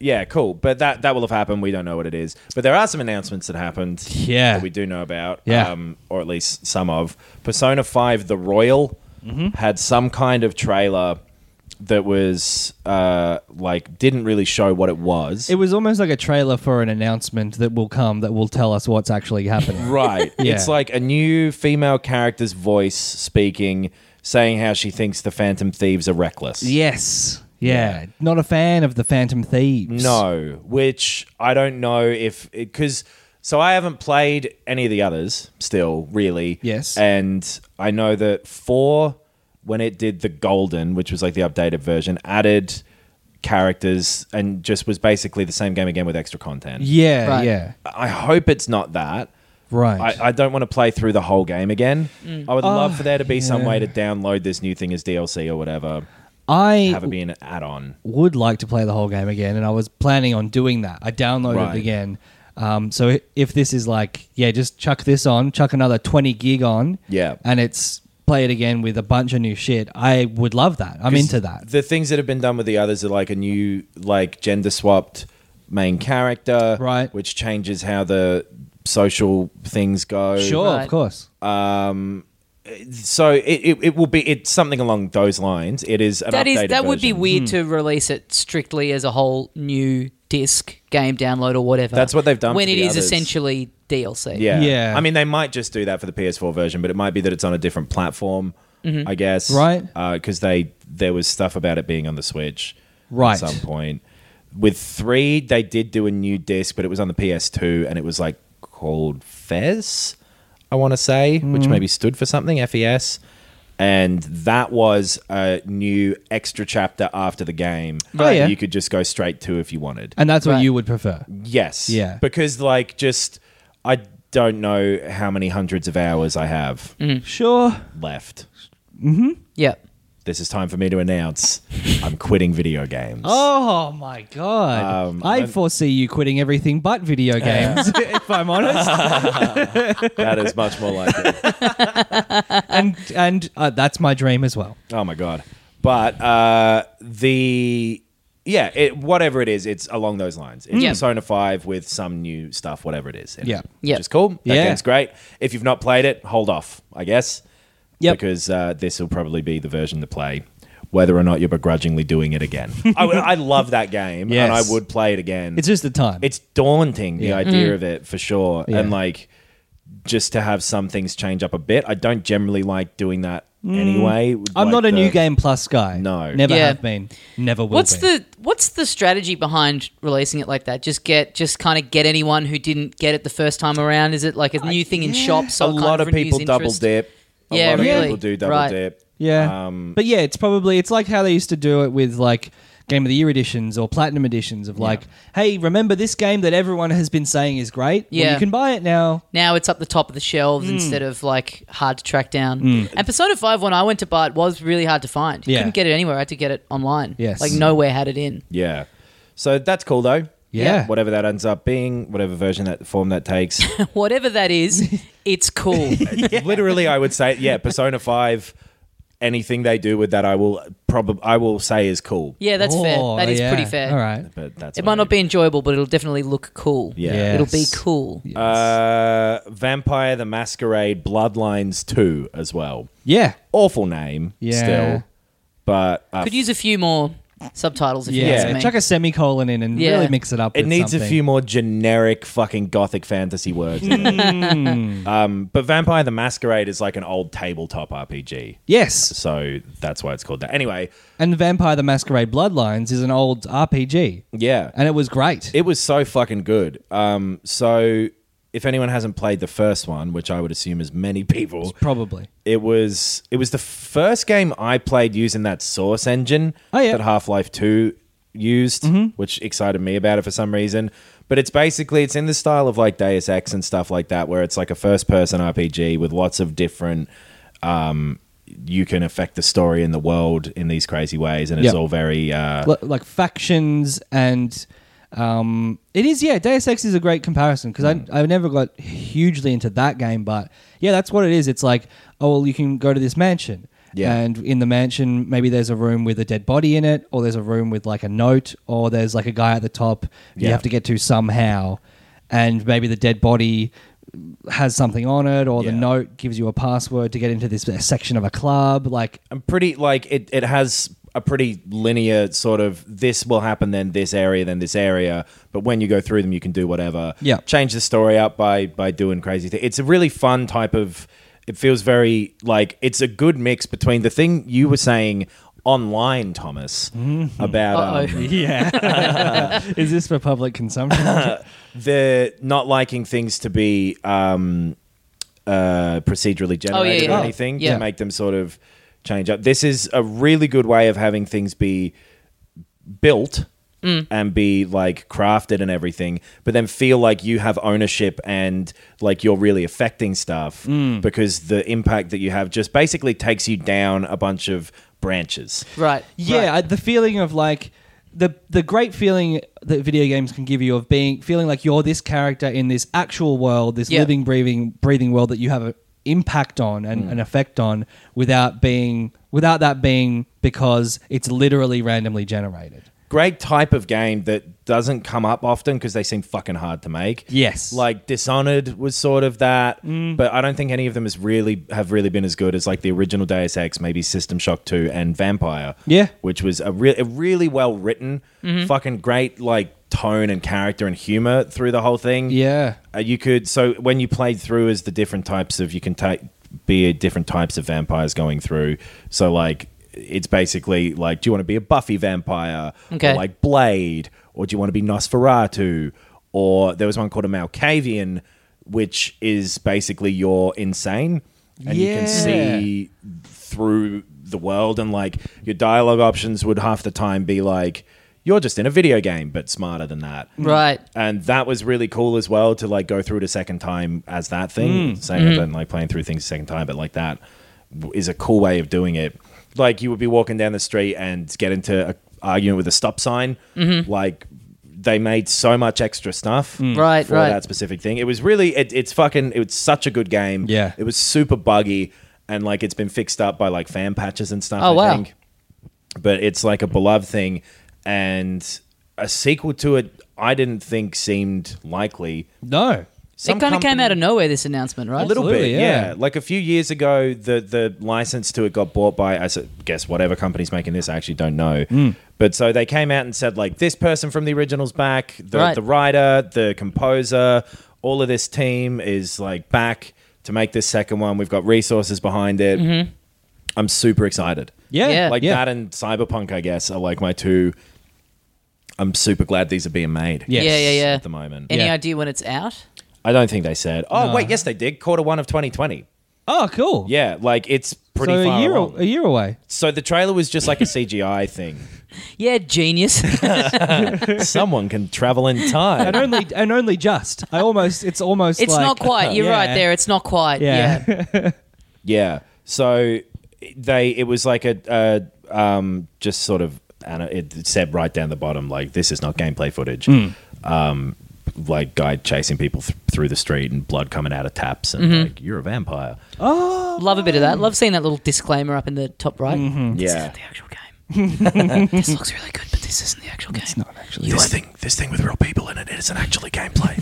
C: yeah, cool. But that that will have happened. We don't know what it is. But there are some announcements that happened.
B: Yeah.
C: that we do know about. um,
B: Yeah.
C: or at least some of Persona Five: The Royal
B: Mm-hmm.
C: had some kind of trailer that was uh, like didn't really show what it was.
B: <laughs> it was almost like a trailer for an announcement that will come that will tell us what's actually happening.
C: <laughs> Right.
B: <laughs> Yeah.
C: It's like a new female character's voice speaking, saying how she thinks the Phantom Thieves are reckless.
B: Yes. Yeah. Not a fan of the Phantom Thieves.
C: No, which I don't know if because so I haven't played any of the others still really.
B: Yes.
C: and I know that four when it did the golden, which was like the updated version, added characters and just was basically the same game again with extra content.
B: Yeah.
A: Right.
B: Yeah.
C: I hope it's not that.
B: Right.
C: I, I don't want to play through the whole game again.
A: Mm.
C: I would love for there to be some
B: Oh, yeah.
C: way to download this new thing as DLC or whatever,
B: I,
C: have it be an add-on.
B: would like to play the whole game again, and I was planning on doing that. I downloaded
C: Right.
B: it again. Um, so i- if this is like, yeah, just chuck this on, chuck another 20 gig on,
C: Yeah.
B: and it's play it again with a bunch of new shit, I would love that. I'm into that.
C: The things that have been done with the others are like a new, like gender swapped main character,
B: Right.
C: Which changes how the social things go.
B: Sure,
A: Right.
B: of course.
C: So it, it, it will be it's something along those lines. It is an
A: That is
C: updated
A: that would be
C: version. Hmm.
A: weird to release it strictly as a whole new disc game download or whatever.
C: That's what they've done
A: when
C: for
A: it
C: the
A: is
C: others.
A: essentially DLC.
C: Yeah.
B: Yeah.
C: I mean, they might just do that for the PS4 version, but it might be that it's on a different platform, I guess.
B: Right.
C: Because they there was stuff about it being on the Switch
B: Right.
C: at some point. With three, they did do a new disc, but it was on the PS2 and it was like called Fez, I want to say,
B: Mm.
C: which maybe stood for something, FES. And that was a new extra chapter after the game
B: Oh, yeah.
C: that you could just go straight to if you wanted.
B: And that's what
A: Right.
B: you would prefer.
C: Yes.
B: Yeah.
C: Because like just I don't know how many hundreds of hours I have
B: Mm. Sure.
C: left.
A: Yeah.
C: This is time for me to announce I'm quitting video games.
B: Oh my god!
C: Um,
B: I
C: I'm-
B: foresee you quitting everything but
C: <laughs>
B: video games, <laughs> if I'm honest.
C: That is much more likely.
B: and and uh, that's my dream as well.
C: oh my god. But uh the yeah, it, whatever it is, it's along those lines. It's
A: Yeah.
C: Persona 5 with some new stuff, whatever it is. in it,
B: Yeah.
A: Yeah.
C: Which is cool. That
B: Yeah.
C: game's great. If you've not played it, hold off, I guess.
B: Yep.
C: Because uh, this will probably be the version to play, whether or not you're begrudgingly doing
B: <laughs>
C: it again. I, would- I love that game, and I
B: Yes.
C: would play it again.
B: It's just the time.
C: it's daunting the
B: Yeah.
C: idea
A: Mm.
C: of it for sure,
B: Yeah.
C: and like just to have some things change up a bit. I don't generally like doing that anyway.
B: I'm
C: like
B: not a
C: the-
B: new game plus guy.
C: No.
B: never
A: Yeah.
B: have been. Never will.
A: What's
B: be.
A: the what's the strategy behind releasing it like that? Just get just kind of get anyone who didn't get it the first time around. Is it like a new thing in shops? So
C: A
A: it kind
C: lot of
A: renews
C: people double
A: interest?
C: dip. A
A: Yeah,
C: lot of
A: really.
C: people do double
A: Right.
C: dip.
B: Yeah.
C: Um,
B: but yeah, it's probably it's like how they used to do it with like Game of the Year editions or Platinum editions of like, hey, remember this game that everyone has been saying is great? Well,
A: Yeah.
B: you can buy it now.
A: Now it's up the top of the shelves
B: Hmm.
A: instead of like hard to track down. And Persona Five, when I went to buy it, was really hard to find. You
B: Yeah.
A: couldn't get it anywhere. I had to get it online.
B: Yes.
A: like nowhere had it in. <laughs>
C: Yeah. So that's cool though.
B: Yeah.
C: Whatever that ends up being, whatever version that form that takes.
A: <laughs> Whatever that
B: <laughs>
A: is, it's cool.
C: Literally I would say yeah, Persona 5 anything they do with that I will probably I will say is cool.
A: Yeah, that's
B: Oh,
A: fair. That is
B: yeah.
A: pretty fair.
B: All right.
C: But that's
A: It
C: what
A: might not
C: I-
A: be enjoyable, but it'll definitely look cool.
C: Yeah.
A: It'll be
B: Yes.
A: cool.
C: Uh, Vampire the Masquerade Bloodlines 2 as well.
B: Yeah.
C: Awful name
B: Yeah.
C: still. But uh,
A: Could use a few more subtitles if you
B: Yeah.
A: ask me.
B: Chuck a semicolon in and
A: Yeah.
B: really mix it up.
C: It
B: with
C: needs a
B: something.
C: few more generic fucking gothic fantasy words. in it. um, but Vampire the Masquerade is like an old tabletop RPG.
B: Yes.
C: So that's why it's called that. Anyway,
B: And Vampire the Masquerade Bloodlines is an old RPG.
C: yeah.
B: And it was great.
C: It was so fucking good. Um, so if anyone hasn't played the first one, which I would assume is many people,
B: probably.
C: it was it was the first game I played using that Source engine
B: Oh, yeah. Mm-hmm.
C: that Half Life Two used, which excited me about it for some reason. But it's basically it's in the style of like Deus Ex and stuff like that, where it's like a first person RPG with lots of different. Um, you can affect the story in the world in these crazy ways, and it's
B: Yep.
C: all very uh,
B: L- like factions and um, it is yeah deus ex is a great comparison because
C: Mm.
B: I, I never got hugely into that game but yeah that's what it is it's like oh well you can go to this mansion
C: Yeah.
B: and in the mansion maybe there's a room with a dead body in it or there's a room with like a note or there's like a guy at the top you
C: Yeah.
B: have to get to somehow and maybe the dead body has something on it or the
C: Yeah.
B: note gives you a password to get into this section of a club like
C: I'm pretty like it. It has a pretty linear sort of this will happen, then this area, then this area. But when you go through them, you can do whatever.
B: Yeah.
C: change the story up by by doing crazy things. It's a really fun type of. It feels very like it's a good mix between the thing you were saying online, Thomas, about um,
A: Uh-oh.
B: yeah <laughs> is this for public consumption
C: the not liking things to be um, uh, procedurally generated
A: Oh, yeah.
C: or anything
A: Yeah.
C: to make them sort of change up. This is a really good way of having things be built
A: Mm.
C: and be like crafted and everything, but then feel like you have ownership and like you're really affecting stuff
A: Mm.
C: because the impact that you have just basically takes you down a bunch of branches.
A: Right.
B: Yeah,
A: Right.
B: I, the feeling of like the the great feeling that video games can give you of being feeling like you're this character in this actual world, this
A: Yeah.
B: living, breathing, breathing world that you have an impact on and
A: Mm.
B: an effect on without being without that being because it's literally randomly generated.
C: great type of game that doesn't come up often because they seem fucking hard to make.
B: Yes. Mm.
C: Like Dishonored was sort of that, but I don't think any of them has really have really been as good as like the original Deus Ex, maybe System Shock 2 and Vampire.
B: Yeah. Mm-hmm.
C: Which was a real really well written, fucking great like tone and character and humor through the whole thing.
B: Yeah.
C: Uh, you could so when you played through as the different types of you can take be a different types of vampires going through. So like it's basically like do you want to be a Buffy vampire
A: Okay.
C: or like Blade or do you want to be Nosferatu or there was one called a Malkavian which is basically you're insane and you can
B: Yeah.
C: see through the world and like your dialogue options would half the time be like you're just in a video game but smarter than that
A: Mm. Right.
C: and that was really cool as well to like go through it a second time as that thing saying i
A: Mm-hmm.
C: don't like playing through things a second time but like that w- is a cool way of doing it like you would be walking down the street and get into a argument with a stop sign
A: Mm-hmm.
C: like they made so much extra stuff
A: Right,
C: for
A: right.
C: that specific thing it was really it, it's fucking it was such a good game
B: Yeah.
C: it was super buggy and like it's been fixed up by like fan patches and stuff
A: Oh,
C: I
A: wow.
C: think but it's like a beloved thing and a sequel to it i didn't think seemed likely
B: No.
C: Some
A: it kind of came
C: company-
A: out of nowhere, this announcement, right?
C: a little bit
B: Absolutely,
C: yeah.
B: yeah.
C: like a few years ago the the license to it got bought by i s- guess whatever company's making this i actually don't know
B: Hmm.
C: but so they came out and said like this person from the original's back the,
A: Right.
C: the writer the composer all of this team is like back to make this second one we've got resources behind it i'm super excited
B: Mm-hmm. Yeah.
A: Yeah.
C: like
B: yeah.
C: that and cyberpunk i guess are like my two i'm super glad these are being made
B: Yes.
A: Yeah, yeah, yeah.
C: at the moment
A: Any
B: Yeah.
A: idea when it's out?
C: i don't think they said oh wait yes they did quarter one of 2020
B: Oh, cool.
C: yeah like it's pretty
B: so
C: far
B: a year,
C: along.
B: a year away.
C: so the trailer was just like a cgi
B: <laughs>
C: thing
A: Yeah, <laughs> genius.
C: someone can travel in
A: <laughs>
B: and
C: time
B: only and only just. I almost. It's almost.
A: it's
B: like,
A: not quite. You're
B: Yeah.
A: right there. It's not quite. Yeah.
B: Yeah.
C: yeah so they it was like a, a um just sort of and it said right down the bottom like this is not gameplay footage
B: Hmm.
C: um like guy chasing people th- through the street and blood coming out of taps and
B: Mm-hmm.
C: like you're a vampire
A: Love a bit of that. Love seeing that little disclaimer up in the top right. This
C: Yeah.
A: isn't the actual game. <laughs> this looks really good, but this isn't the actual game. It's not actually. You, won't,
C: thing, this thing with real people in it, it isn't
B: <laughs>
C: actually gameplay.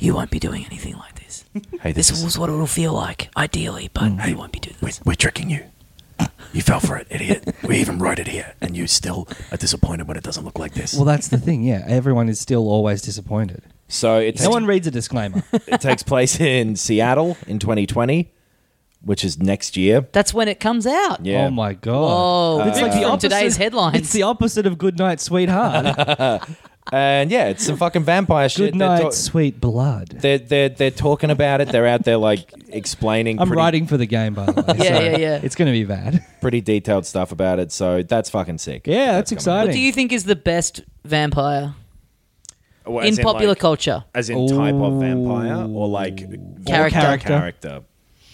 A: you won't be doing anything like
C: <laughs>
A: this.
C: hey,
A: This is what it'll feel like, ideally, but
C: Mm.
A: you won't be doing this.
C: we're tricking you. You fell for it, idiot. We even wrote it here, and you still are disappointed when it doesn't look like
B: <laughs>
C: this.
B: Well, that's the thing. Yeah, everyone is still always disappointed.
C: So it takes,
B: No one reads a <laughs> disclaimer.
C: it takes place in Seattle in 2020, which is next year.
A: That's when it comes out.
C: Yeah. Uh,
B: Oh my god.
A: Oh,
B: Uh,
A: it's like from today's headlines.
B: It's the opposite of Good
A: <laughs>
B: Night Sweetheart.
C: And yeah, it's some fucking vampire shit.
B: Good
C: They're
B: Night
C: ta-
B: Sweet Blood.
C: They're, they're, they're talking about it. They're out there like explaining
B: I'm
C: pretty,
B: writing for the game, by the way.
A: <laughs> Yeah,
B: so
A: yeah, yeah.
B: It's going to be bad.
C: pretty detailed stuff about it. So that's fucking sick.
B: Yeah, that's
C: coming out.
B: exciting.
A: What do you think is the best vampire
C: Well,
A: in
C: as
A: popular
C: like-
A: culture?
C: as in type of vampire or like
A: Character.
C: character. character.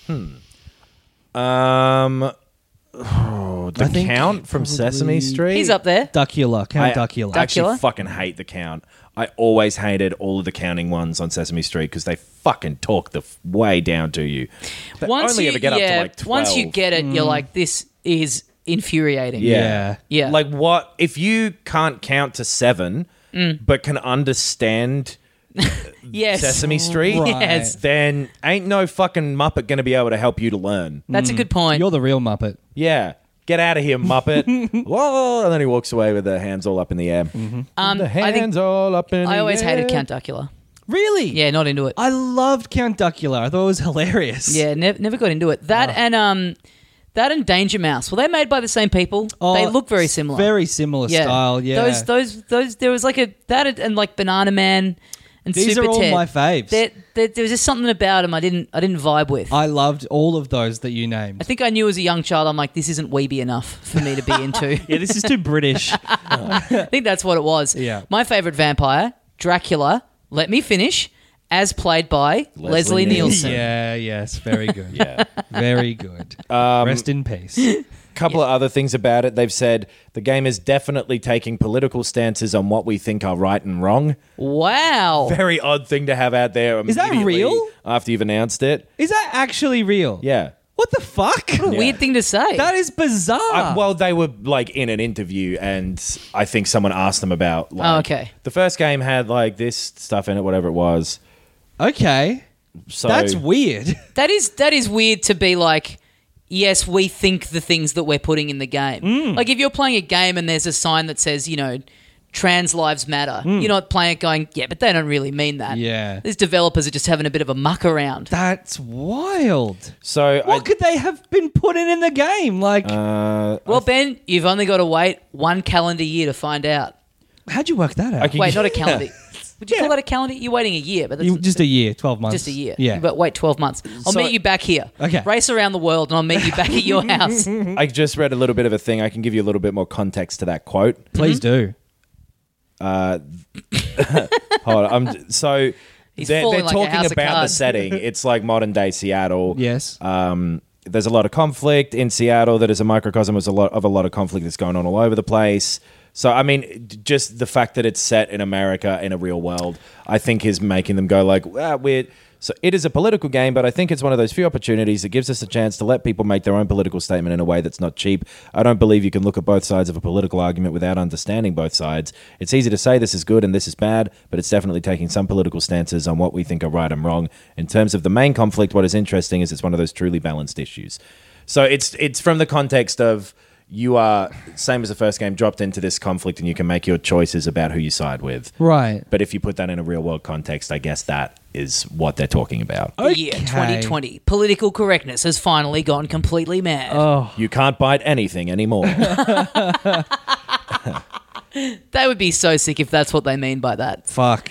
C: Hmm. Um, <sighs> oh, the
B: I think
C: Count from Sesame Street.
A: He's up there.
B: Duckula,
C: I
B: Count Duckula.
C: actually
A: Duckula?
C: fucking hate the Count. I always hated all of the counting ones on Sesame Street because they fucking talk the f- way down to you. They only ever get up to like 12.
A: once you get it, you're like, this is infuriating.
C: Yeah.
B: Yeah.
A: Yeah.
C: Like what if you can't count to seven
A: Mm.
C: but can understand
A: yes.
C: Sesame Street?
B: Right.
A: Yes.
C: Then ain't no fucking Muppet gonna be able to help you to learn.
A: That's a good point.
B: You're the real Muppet.
C: Yeah. Get out of
A: <laughs>
C: here, Muppet. Whoa. And then he walks away with the hands all up in the air.
A: um,
C: The
A: I think
C: hands all up in the air.
A: I always hated Count Duckula.
B: Really?
A: Yeah, not into it.
B: I loved Count Duckula. I thought it was hilarious.
A: yeah, nev- never got into it.
B: Oh.
A: That and um, that and Danger Mouse. Were they made by the same people?
B: Oh,
A: they look very
B: it's
A: similar.
B: Very similar style. Yeah.
A: Those those those. There was like a that and- and like Banana Man and
B: These
A: Super
B: are all
A: Ted.
B: my faves.
A: There, there, there was just something about him I didn't I didn't vibe with. I,
B: I loved all of those that you named.
A: think I knew as a young child I'm like this isn't weeby enough for me to
B: <laughs>
A: be into.
B: yeah, this is too <laughs> British.
A: I think that's what it was.
B: Yeah.
A: My favorite vampire, Dracula. Let me finish, as played by Leslie, Nielsen.
B: yeah, yes, very good.
C: Yeah.
B: Very good. Rest in peace.
C: couple of other things about it. They've said the game is definitely taking political stances on what we think are right and wrong.
A: Wow.
C: Very odd thing to have out there.
B: that
C: immediately
B: real?
C: After you've announced it.
B: Is that actually real?
C: Yeah.
B: What the fuck?
A: What a weird thing to say.
B: That is bizarre.
C: I, well, they were like in an interview, and I think someone asked them about. Like,
A: Oh, okay.
C: The first game had like this stuff in it, whatever it was.
B: okay.
C: So
B: That's weird. <laughs>
A: that is that is weird to be like. Yes, we think the things that we're putting in the game.
B: Mm.
A: Like if you're playing a game and there's a sign that says, you know, trans lives matter. You're not playing it going, yeah, but they don't really mean that.
B: Mm. Yeah.
A: these developers are just having a bit of a muck around.
B: That's wild.
C: So
B: What could they have been putting in the game? Like,
C: I, uh,
A: Well, Ben, you've only got to wait one calendar year to find
B: <laughs>
A: out.
B: how'd you work that out?
C: Okay.
A: Wait, not a calendar.
B: <laughs>
A: Would you call that a calendar? You're waiting a year, but that's
B: You, just a year, twelve months.
A: just a year.
B: Yeah.
A: But wait 12 months. I'll
C: So-
A: meet you back here.
B: Okay.
A: Race around the world and I'll meet you back at
B: <laughs>
A: your house.
C: <laughs> I just read a little bit of a thing. I can give you a little bit more context to that quote.
B: Please
A: mm-hmm.
B: do.
C: Hold on. I'm, so
A: He's
C: they're,
A: falling
C: they're
A: like a
C: talking
A: house of
C: about the
A: cards. <laughs>
C: setting. It's like modern day Seattle.
B: Yes.
C: Um, there's a lot of conflict in Seattle. That is a microcosm of a lot of a lot of conflict that's going on all over the place. So I mean, d- just the fact that it's set in America in a real world, I think is making them go like, ah, we're. So it is a political game, but I think it's one of those few opportunities that gives us a chance to let people make their own political statement in a way that's not cheap. I don't believe you can look at both sides of a political argument without understanding both sides. It's easy to say this is good and this is bad, but it's definitely taking some political stances on what we think are right and wrong. In terms of the main conflict, what is interesting is it's one of those truly balanced issues. So it's it's from the context of you are same as the first game dropped into this conflict and you can make your choices about who you side with.
B: right.
C: But if you put that in a real world context, I guess that is what they're talking about.
B: Oh.
A: The year 2020. Political correctness has finally gone completely mad.
C: You can't bite
B: <laughs>
C: anything anymore.
A: they would be so sick if that's what they mean by that.
B: Fuck.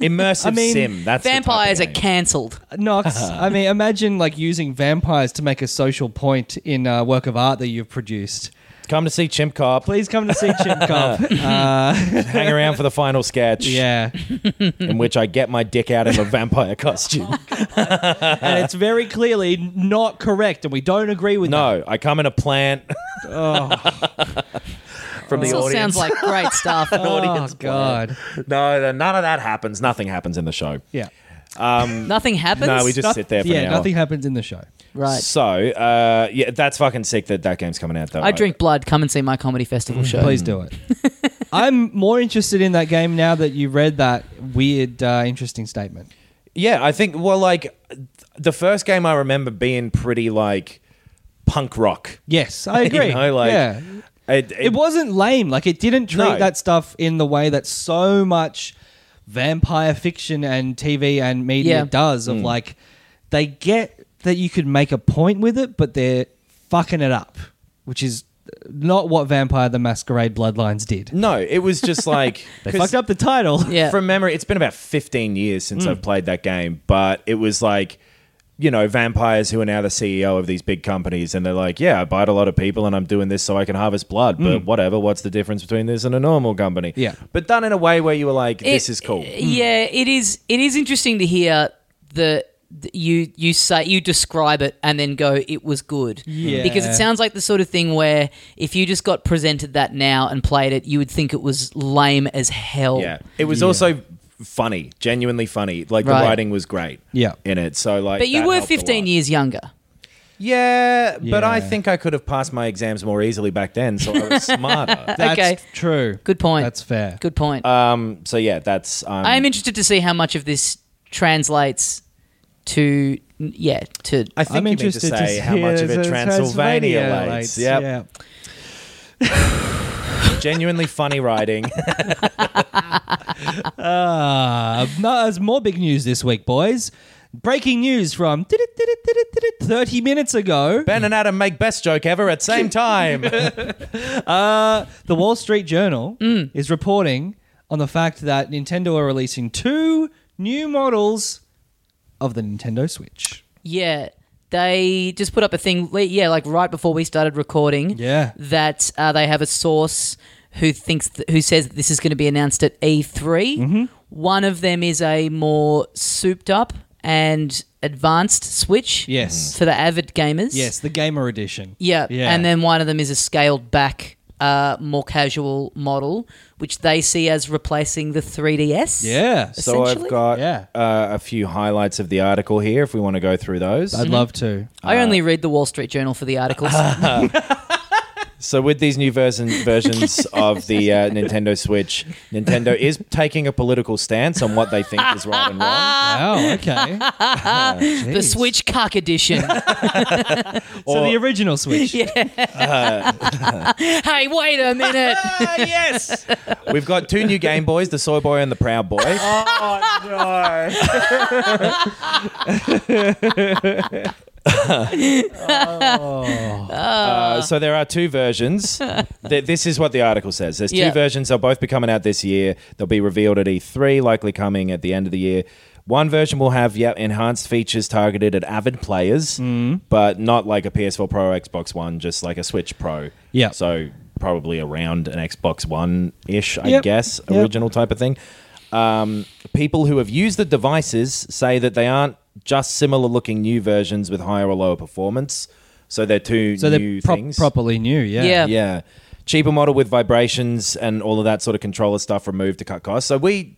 C: Immersive
B: I mean,
C: sim. That's the type of
A: Vampires are
C: game.
A: cancelled.
B: <laughs> Knox, I mean, imagine like using vampires to make a social point in a work of art that you've produced.
C: Come to see Chimp Cop.
B: Please come to see Chimp Cop.
C: Hang around for the final sketch,
B: <laughs> yeah.
C: in which I get my dick out in a
B: <laughs>
C: vampire <laughs> costume.
B: And it's very clearly not correct, and we don't agree with that.
C: No, I come in a plant. <laughs> From
A: This
C: the
A: all
C: audience.
A: sounds like great stuff.
C: <laughs>
B: Oh, God.
C: no, no, none of that happens. Nothing happens in the show.
B: Yeah.
A: Nothing happens.
C: No, we just sit there for
B: yeah,
C: an hour.
B: nothing happens in the show.
A: Right.
C: So, uh, yeah, that's fucking sick that that game's coming out though.
A: I drink blood. Come and see my comedy
C: Mm.
A: festival show.
B: Please do it. I'm more interested in that game now that you read that weird, uh, interesting statement.
C: Yeah, I think. Well, like th- the first game I remember being pretty like punk rock.
B: Yes, I agree.
C: <laughs> You know, like
B: yeah.
C: it,
B: It
C: it,
B: wasn't lame. Like it didn't treat
C: No.
B: that stuff in the way that so much vampire fiction and TV and media
A: Yeah.
B: does.
C: Hmm.
B: Of like, they get that you could make a point with it, but they're fucking it up, which is not what Vampire the Masquerade Bloodlines did.
C: no, it was just like
B: <laughs> They fucked up the title.
A: Yeah. Hmm.
C: From memory, it's been about 15 years since I've played that game, but it was like, you know, vampires who are now the CEO of these big companies, and they're like, yeah, I bite a lot of people and I'm doing this so I can harvest blood,
A: Hmm.
C: but whatever, what's the difference between this and a normal company?
B: Yeah.
C: But done in a way where you were like, this
A: It-
C: is cool. Mm.
A: Yeah, it is. It is interesting to hear the th- you you say you describe it and then go it was good
B: Yeah.
A: because it sounds like the sort of thing where if you just got presented that now and played it you would think it was lame as hell
C: Yeah. It was also funny, genuinely funny. Like
A: Right.
C: the writing was great
B: Yeah.
C: in it. So, like,
A: but you
C: that
A: were
C: helped a
A: 15
C: lot.
A: years younger
C: Yeah, but I
B: Yeah.
C: think I could have passed my exams more easily back then, so
A: <laughs>
C: I was smarter.
B: <laughs> That's
A: Okay.
B: true.
A: good point
B: That's fair.
A: good point
C: Um, so, yeah, that's. Um,
A: i'm interested to see how much of this translates to yeah to
C: I think
B: I'm
C: you
B: interested
C: mean to say how much of it Transylvania, lates. Yep.
B: Yeah.
C: Genuinely funny writing.
A: <laughs>
B: Uh, no, there's more big news this week, boys. Breaking news from 30 minutes ago.
C: ben and Adam make best joke ever at same time.
B: Uh, The Wall Street Journal is reporting on the fact that Nintendo are releasing two new models of the Nintendo Switch.
A: Yeah, they just put up a thing. li- Yeah, like right before we started recording.
B: Yeah.
A: that uh, they have a source who thinks th- who says that this is going to be announced at E3.
C: Mm-hmm.
A: One of them is a more souped up and advanced Switch.
B: Yes.
A: for the avid gamers.
B: Yes, the Gamer Edition.
A: Yeah.
B: Yeah.
A: and then one of them is a scaled back uh, more casual model, which they see as replacing the 3DS.
B: Yeah.
C: <laughs> So I've
A: Essentially?
C: got
B: Yeah.
C: uh, a few highlights of the article here if we want to go through those.
B: I'd love to.
A: I only read the Wall Street Journal for the articles.
C: So with these new version, versions of the uh, Nintendo Switch, Nintendo is taking a political stance on what they think is right and wrong.
B: Wow. Okay. <laughs> Oh,
A: the Switch Cuck Edition.
B: So the original <laughs> Switch.
A: hey, wait a minute.
C: Ah, yes. <laughs> We've got two new Game Boys, the Soy Boy and the Proud Boy. Oh no. <laughs> Oh. Uh, so there are two versions. Th- this is what the article says. There's two
A: Yeah.
C: versions. They'll both be coming out this year. They'll be revealed at E3, likely coming at the end of the year. One version will have yeah, enhanced features targeted at avid players,
B: Mm.
C: but not like a PS4 Pro, Xbox One, just like a Switch Pro.
B: Yeah.
C: So probably around an Xbox One ish, I
B: Yep.
C: guess,
B: Yep.
C: original type of thing. Um, people who have used the devices say that they aren't just similar looking new versions with higher or lower performance. So they're two
B: So
C: new
B: they're prop-
C: things.
B: properly new. Yeah.
A: Yeah.
C: Yeah. Cheaper model with vibrations and all of that sort of controller stuff removed to cut costs. So we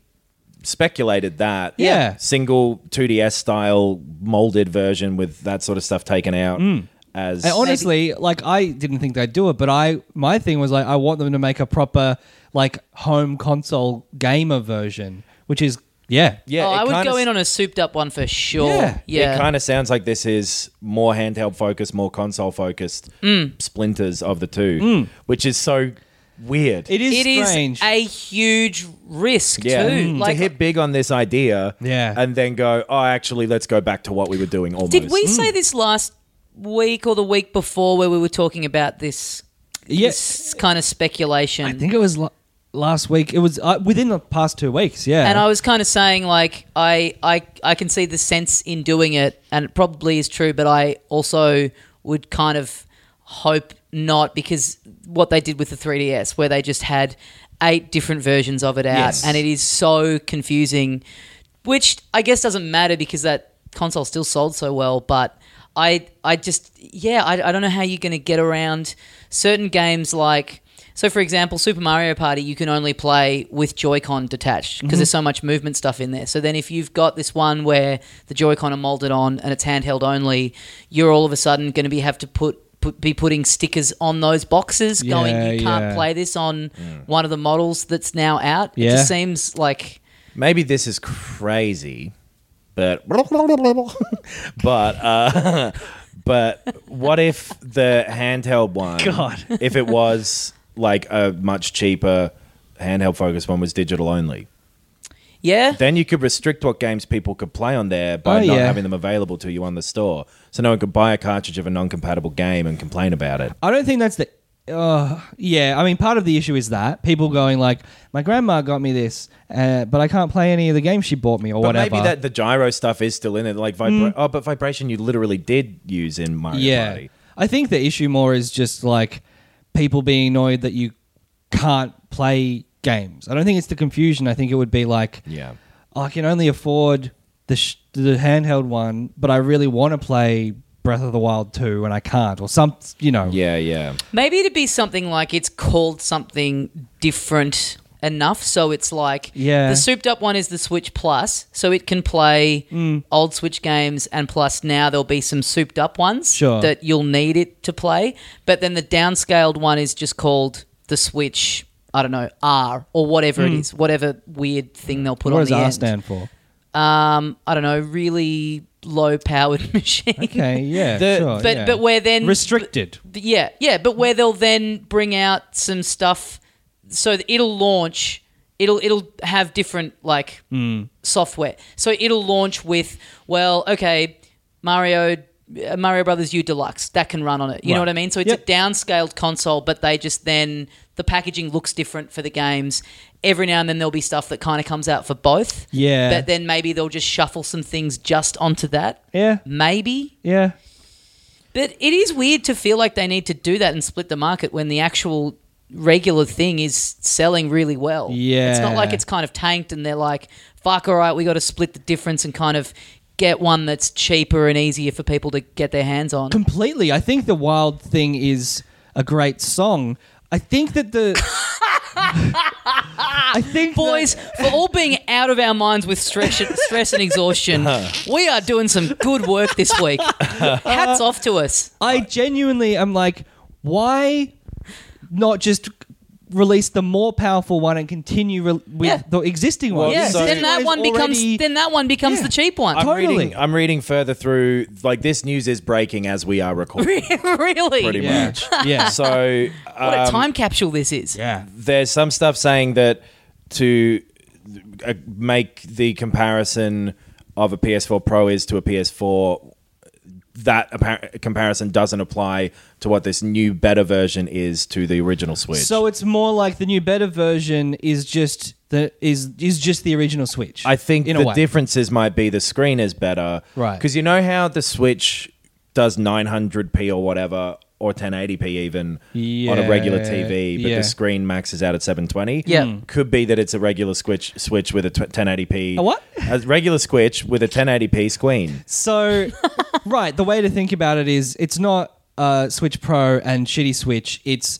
C: speculated that.
B: Yeah.
C: Single 2DS style molded version with that sort of stuff taken out
B: Mm.
C: as
B: And honestly, like I didn't think they'd do it, but I my thing was like I want them to make a proper like home console gamer version, which is yeah.
C: yeah,
A: oh,
C: it
A: I would
C: kinda
A: go
C: s-
A: in on a souped up one for sure.
B: Yeah.
A: Yeah.
C: It kind of sounds like this is more handheld focused, more console focused
A: Mm.
C: splinters of the two, which is so weird.
B: Mm. It is
A: it is
B: strange.
A: a huge risk,
C: yeah, Mm,
A: too.
C: to hit big on this idea,
B: Yeah.
C: and then go, oh, actually, let's go back to what we were doing almost.
A: Did we say this last week or the week before where we were talking about this?
B: Yeah.
A: This kind of speculation.
B: I think it was l- last week. It was uh, within the past two weeks. Yeah.
A: and I was kind of saying like I, I I can see the sense in doing it, and it probably is true, but I also would kind of hope not because what they did with the 3ds, where they just had eight different versions of it out,
C: Yes.
A: and it is so confusing, which I guess doesn't matter because that console still sold so well, but. I, I just yeah I, I don't know how you're going to get around certain games like so, for example, Super Mario Party, you can only play with Joy-Con detached
B: Mm-hmm.
A: because there's so much movement stuff in there. So then, if you've got this one where the Joy-Con are molded on and it's handheld only, you're all of a sudden going to be have to put, put be putting stickers on those boxes, going
B: Yeah,
A: you can't
B: yeah.
A: play this on one of the models that's now out. It
B: Yeah.
A: just seems like
C: Maybe this is crazy, but <laughs> but uh, <laughs> but what if the handheld one?
B: God.
C: if it was like a much cheaper handheld focused one was digital only.
A: yeah,
C: Then you could restrict what games people could play on there by
B: Oh,
C: not
B: yeah.
C: having them available to you on the store. So no one could buy a cartridge of a non-compatible game and complain about it.
B: I don't think that's the. Uh, yeah, I mean, part of the issue is that people going like, my grandma got me this, uh, but I can't play any of the games she bought me or
C: But
B: whatever. Mm.
C: maybe that the gyro stuff is still in it. Like vibra- oh, but vibration you literally did use in Mario
B: yeah,
C: Party.
B: I think the issue more is just like people being annoyed that you can't play games. I don't think it's the confusion. I think it would be like, "Oh,
C: Yeah.
B: I can only afford the sh- the handheld one, but I really want to play Breath of the Wild two, and I can't, or some, you know,
C: Yeah, yeah.
A: Maybe it'd be something like it's called something different enough. So it's like
B: Yeah.
A: the souped up one is the Switch Plus, so it can play
B: Mm.
A: old Switch games, and plus now there'll be some souped up ones
B: Sure.
A: that you'll need it to play. But then the downscaled one is just called the Switch. I don't know R or whatever it is, whatever weird thing they'll put
B: Mm. What
A: on
B: does
A: the
B: R
A: end. <laughs>
B: stand for?
A: Um, I don't know, really low powered <laughs> machine.
B: Okay, yeah,
C: The-
B: sure,
A: but
B: yeah.
A: but where then
B: restricted.
A: yeah, yeah, but where they'll then bring out some stuff so that it'll launch it'll it'll have different like
B: Hmm.
A: software. So it'll launch with well, okay, Mario uh, Mario Brothers U Deluxe that can run on it. You know what
B: Right.
A: I mean? So it's
B: Yep.
A: a downscaled console, but they just then the packaging looks different for the games. Every now and then there'll be stuff that kind of comes out for both.
B: Yeah.
A: But then maybe they'll just shuffle some things just onto that.
B: Yeah.
A: Maybe.
B: Yeah.
A: But it is weird to feel like they need to do that and split the market when the actual regular thing is selling really well. It's not
B: Yeah.
A: like it's kind of tanked and they're like, fuck, all right, we got to split the difference and kind of get one that's cheaper and easier for people to get their hands on.
B: Completely. I think the wild thing is a great song. I think
A: <laughs>
B: that the. <laughs> I think
A: Boys, for all being out of our minds with stress, stress and
C: <laughs>
A: exhaustion,
C: Uh-huh.
A: we are doing some good work this week. Hats off to us.
B: I genuinely am like, why not just release the more powerful one and continue re- with
A: Yeah.
B: the existing one?
C: Well,
A: Yeah,
C: so-
A: then that one becomes then that one becomes the cheap one.
C: I'm
B: Totally.
C: reading. I'm reading further through. Like this news is breaking as we are recording.
A: <laughs> <laughs> really?
C: Pretty
B: Yeah.
C: <laughs> much.
B: yeah.
C: So
A: What a
C: um,
A: time capsule this is.
B: yeah.
C: there's some stuff saying that to uh, make the comparison of a PS4 Pro is to a PS4 that appar- comparison doesn't apply to what this new better version is to the original Switch.
B: <laughs> So it's more like the new better version is just the is is just the original Switch.
C: I think
B: in a
C: the
B: way.
C: differences might be the screen is better.
B: Right.
C: Because you know how the Switch does 900p or whatever, or 1080p even on a regular
B: Yeah,
C: TV, but
B: yeah.
C: the screen maxes out at 720?
A: Yeah. Mm.
C: Could be that it's a regular Switch, switch with a tw 1080p.
B: A what?
C: A regular Switch with a 1080p screen.
A: <laughs>
B: So, right, the way to think about it is it's not uh, Switch Pro and shitty Switch. It's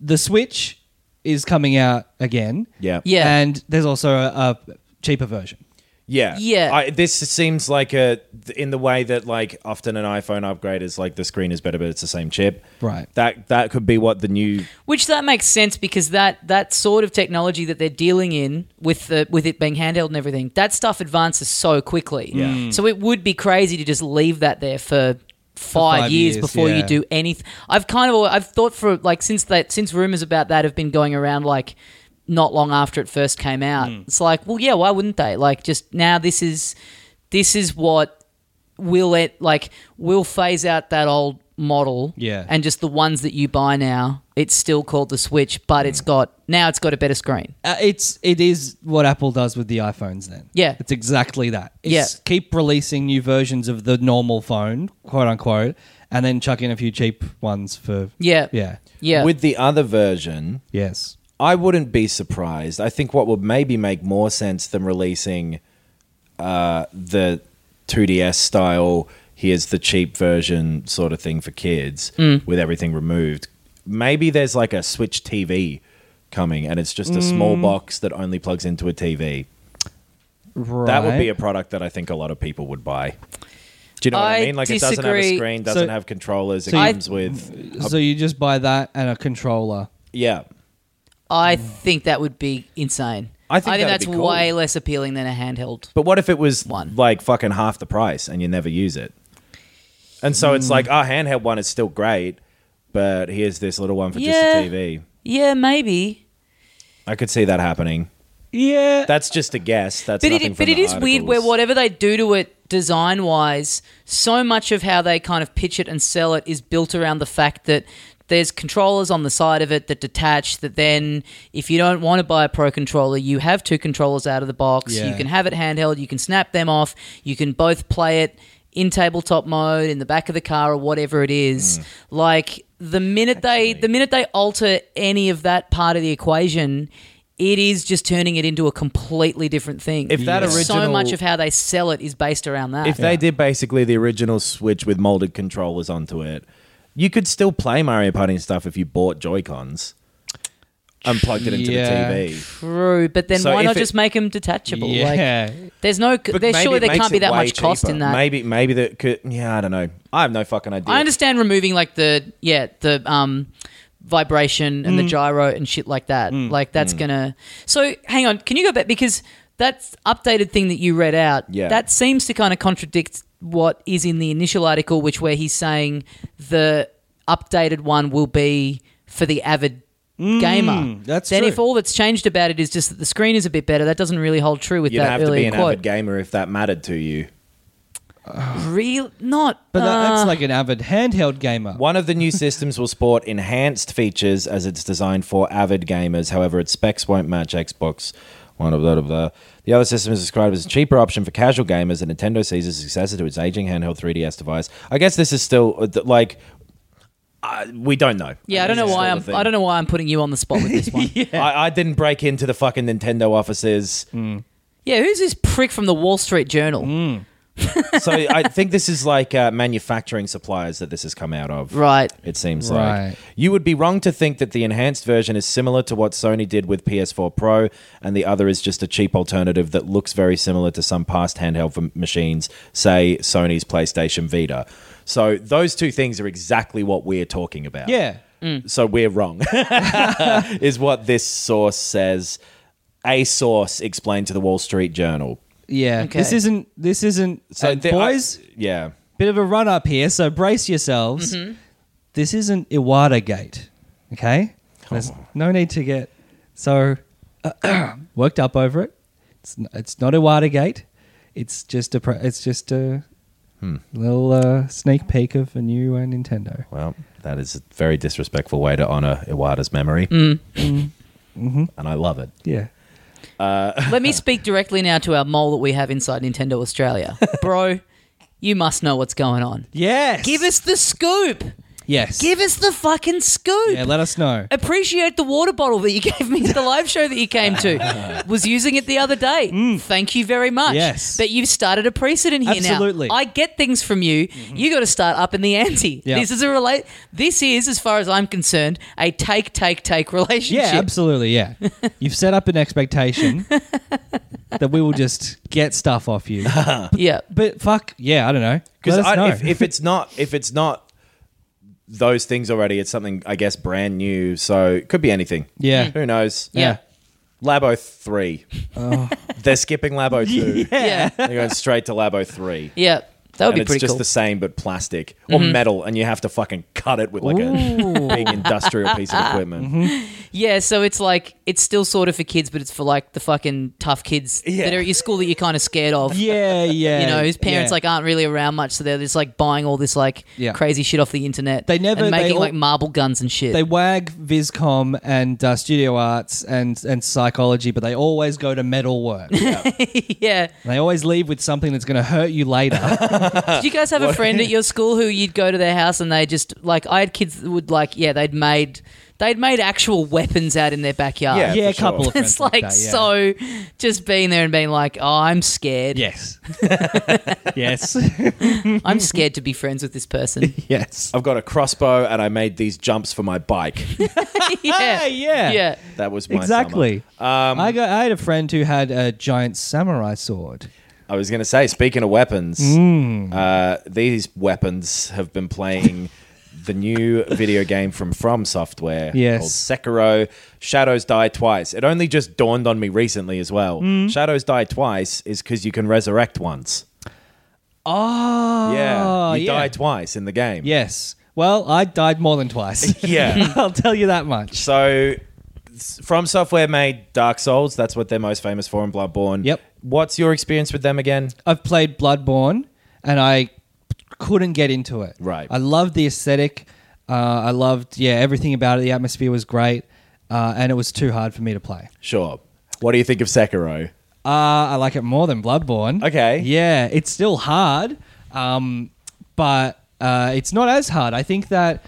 B: the Switch is coming out again.
C: Yeah.
A: Yeah.
B: And there's also a, a cheaper version.
C: Yeah.
A: Yeah.
C: I, this seems like a in the way that like often an iPhone upgrade is like the screen is better but it's the same chip.
B: Right.
C: That that could be what the new
A: Which that makes sense because that that sort of technology that they're dealing in with the with it being handheld and everything, that stuff advances so quickly.
C: Yeah. Mm.
A: So it would be crazy to just leave that there for five,
B: five
A: years,
B: years,
A: before you
B: yeah.
A: do anything. I've kind of al- I've thought for like since that since rumors about that have been going around like not long after it first came out. It's like, well, yeah, why wouldn't they? Like just now this is this is what will it like will phase out that old model
B: Yeah.
A: and just the ones that you buy now it's still called the switch but
C: Mm.
A: it's got now it's got a better screen
B: Uh, it's it is what Apple does with the iPhones. Then
A: Yeah.
B: it's exactly that. It's
A: Yeah.
B: keep releasing new versions of the normal phone, quote unquote, and then chuck in a few cheap ones for
A: yeah
B: yeah
A: yeah
C: with the other version.
B: yes
C: I wouldn't be surprised. I think what would maybe make more sense than releasing uh, the 2DS style, here's the cheap version sort of thing for kids
B: Hmm.
C: with everything removed. Maybe there's like a Switch TV coming and it's just a small
B: Hmm.
C: box that only plugs into a TV.
B: right.
C: That would be a product that I think a lot of people would buy. Do you know what
A: I
C: I mean? Like it doesn't have a
A: disagree.
C: screen, doesn't
B: So-
C: have controllers, it
B: So you-
C: comes with
B: so you just buy that and a controller.
C: yeah.
A: i think that would be insane
C: I think that would
A: that's
C: be cool.
A: way less appealing than a handheld
C: But what if it was
A: One.
C: like fucking half the price and you never use it? And so
A: Hmm.
C: it's like our handheld one is still great, but here's this little one for
A: Yeah.
C: just a TV.
A: yeah maybe
C: I could see that happening.
B: Yeah,
C: That's just a guess. That's
A: but
C: nothing
A: it,
C: from
A: but it
C: the
A: is weird where
C: articles.
A: whatever they do to it design wise so much of how they kind of pitch it and sell it is built around the fact that there's controllers on the side of it that detach that then if you don't want to buy a pro controller you have two controllers out of the box you
B: Yeah.
A: can have it handheld you can snap them off you can both play it in tabletop mode in the back of the car or whatever it is
C: Hmm.
A: like the minute they the minute they alter any of that part of the equation it is just turning it into a completely different thing
C: If that
A: so
C: original-
A: much of how they sell it is based around that.
C: If they did basically the original Switch with molded controllers onto it, you could still play Mario Party and stuff if you bought Joy Cons and plugged it into
B: Yeah.
C: the TV.
A: True, but then
C: So
A: why
C: if
A: not
C: it-
A: just make them detachable?
B: yeah.
A: Like, there's no, there's
C: maybe
A: surely
C: it
A: there
C: makes
A: can't be
C: it
A: that
C: way
A: much cost
C: cheaper.
A: in that.
C: Maybe maybe that could yeah, I don't know. I have no fucking idea.
A: I understand removing like the yeah the um vibration
C: Mm.
A: and the gyro and shit like that. Like that's gonna. So hang on, can you go back because that updated thing that you read out
C: Yeah.
A: that seems to kind of contradict what is in the initial article, which where he's saying the updated one will be for the avid.
C: Mm,
A: Gamer.
B: that's
A: then
B: true.
A: if all that's changed about it is just that the screen is a bit better, that doesn't really hold true with
C: You'd
A: that
C: have to
A: earlier
C: be an
A: quote.
C: avid gamer if that mattered to you.
A: Real, not.
B: But that,
A: uh,
B: that's like an avid handheld gamer.
C: One of the new systems will sport enhanced features as it's designed for avid gamers. However, its specs won't match Xbox. One of blah, blah, blah. The other system is described as a cheaper option for casual gamers, and Nintendo sees as successor to its aging handheld 3DS device. I guess this is still uh, th- like uh, we don't know.
A: yeah, I don't know why I'm. I don't know why I'm putting you on the spot
C: <laughs>
A: with this one.
C: I, I didn't break
A: Mm.
C: into the fucking Nintendo offices.
B: Mm.
A: Yeah, who's this prick from the Wall Street Journal?
C: so I think this is like uh, manufacturing suppliers that this has come out
B: <laughs>
C: of.
A: Right.
C: It seems
B: Right.
C: like. You would be wrong to think that the enhanced version is similar to what Sony did with PS4 Pro, and the other is just a cheap alternative that looks very similar to some past handheld m- machines, say Sony's PlayStation Vita. So those two things are exactly what we're talking about.
B: Yeah.
C: So
B: <laughs>
C: we're wrong, <laughs> is what this source says. A source explained to the Wall Street Journal.
B: Yeah.
A: Okay.
B: This isn't. This isn't. So
C: there- Uh, I-
B: boys,
C: yeah.
B: bit of a run up here, so brace yourselves. This isn't Iwata Gate, okay? There's no need to get so <coughs> worked up over it. It's n- it's not Iwata Gate. It's just a pre- it's just a
C: Hmm.
B: little uh, sneak peek of a new uh, Nintendo.
C: Well, that is a very disrespectful way to honor Iwata's memory.
A: Mm.
B: Mm-hmm.
C: And I love it.
B: Yeah.
A: Let me speak directly now to our mole that we have inside Nintendo
B: <laughs>
A: Australia. Bro, you must know what's going on.
B: Yes.
A: Give us the scoop.
B: yes.
A: Give us the fucking scoop.
B: yeah. Let us know.
A: Appreciate the water bottle that you <laughs> gave me at the live show that you came
B: <laughs>
A: to. Was using it the other day. Thank you very much.
B: Mm. Yes.
A: But you've started a precedent here
B: Absolutely. Mm-hmm.
A: now. I get things from you. You got to start up in the ante.
B: Yeah.
A: This is a relate. This is, as far as I'm concerned, a take, take, take relationship.
B: Yeah, absolutely.
A: <laughs>
B: Yeah, you've set up an expectation that we will just get stuff off
C: <laughs>
B: you.
A: Yeah.
B: But fuck, yeah, I don't know.
C: Because
B: Let us know.
C: if, if it's not, if it's not those things already, it's something I guess brand new. So it could be anything.
B: Yeah.
C: Who knows?
A: Yeah.
C: Labo three.
B: Oh.
C: <laughs> They're skipping
B: <laughs>
C: Labo two.
A: Yeah. Yeah. <laughs>
C: They're going straight to Labo three.
A: That would
C: And
A: be
C: it's
A: pretty
C: just
A: cool. Mm-hmm.
C: the same, but plastic or metal, and you have to fucking cut it with like
B: Ooh.
C: a big industrial piece of equipment.
B: Mm-hmm.
A: Yeah, so it's like it's still sort of for kids, but it's for like the fucking tough kids
C: Yeah.
A: that are at your school that you're kind of scared of.
B: yeah,
A: <laughs>
B: yeah,
A: You know, whose parents
B: yeah.
A: like aren't really around much, so they're just like buying all this like
B: Yeah.
A: crazy shit off the internet.
B: They never-
A: and
B: they
A: making
B: all-
A: like marble guns and shit.
B: they wag Viscom and uh, Studio Arts and and psychology, but they always go to metal
A: <laughs>
B: work.
A: <laughs> yeah.
B: they always leave with something that's going to hurt you
C: <laughs>
B: later.
A: Did you guys have a friend at your school who you'd go to their house and they just like I had kids that would like yeah they'd made they'd made actual weapons out in their backyard.
B: <laughs>
C: Yeah,
B: yeah, a
C: for sure.
B: couple of friends
A: <laughs> It's like,
B: that, yeah.
A: so just being there and being like, oh, I'm scared. <laughs>
B: Yes, yes,
C: <laughs>
A: I'm scared to be friends with this
B: <laughs>
A: person.
B: yes.
C: I've got a crossbow, and I made these jumps for my bike.
A: <laughs> yeah.
B: Ah, yeah.
A: Yeah.
C: That was my
B: Exactly.
C: summer. Um,
B: I got. I had a friend who had a giant samurai sword.
C: I was going to say, speaking of weapons,
B: Mm.
C: uh, these weapons have been playing the new video game from From Software
B: Yes.
C: called Sekiro Shadows Die Twice. It only just dawned on me recently as well.
B: Mm.
C: Shadows Die Twice is because you can resurrect once.
B: Oh,
C: yeah. You
B: yeah.
C: die twice in the game.
B: Yes. Well, I died more than twice.
C: <laughs> Yeah.
B: <laughs> I'll tell you that much.
C: so. s- From Software made Dark Souls. That's what they're most famous for in Bloodborne.
B: Yep.
C: What's your experience with them again?
B: I've played Bloodborne and I couldn't get into it.
C: Right.
B: I loved the aesthetic. Uh, I loved, yeah, everything about it. The atmosphere was great. Uh, and it was too hard for me to play.
C: Sure. What do you think of Sekiro?
B: Uh, I like it more than Bloodborne.
C: Okay.
B: Yeah, it's still hard, um, but uh, it's not as hard. I think that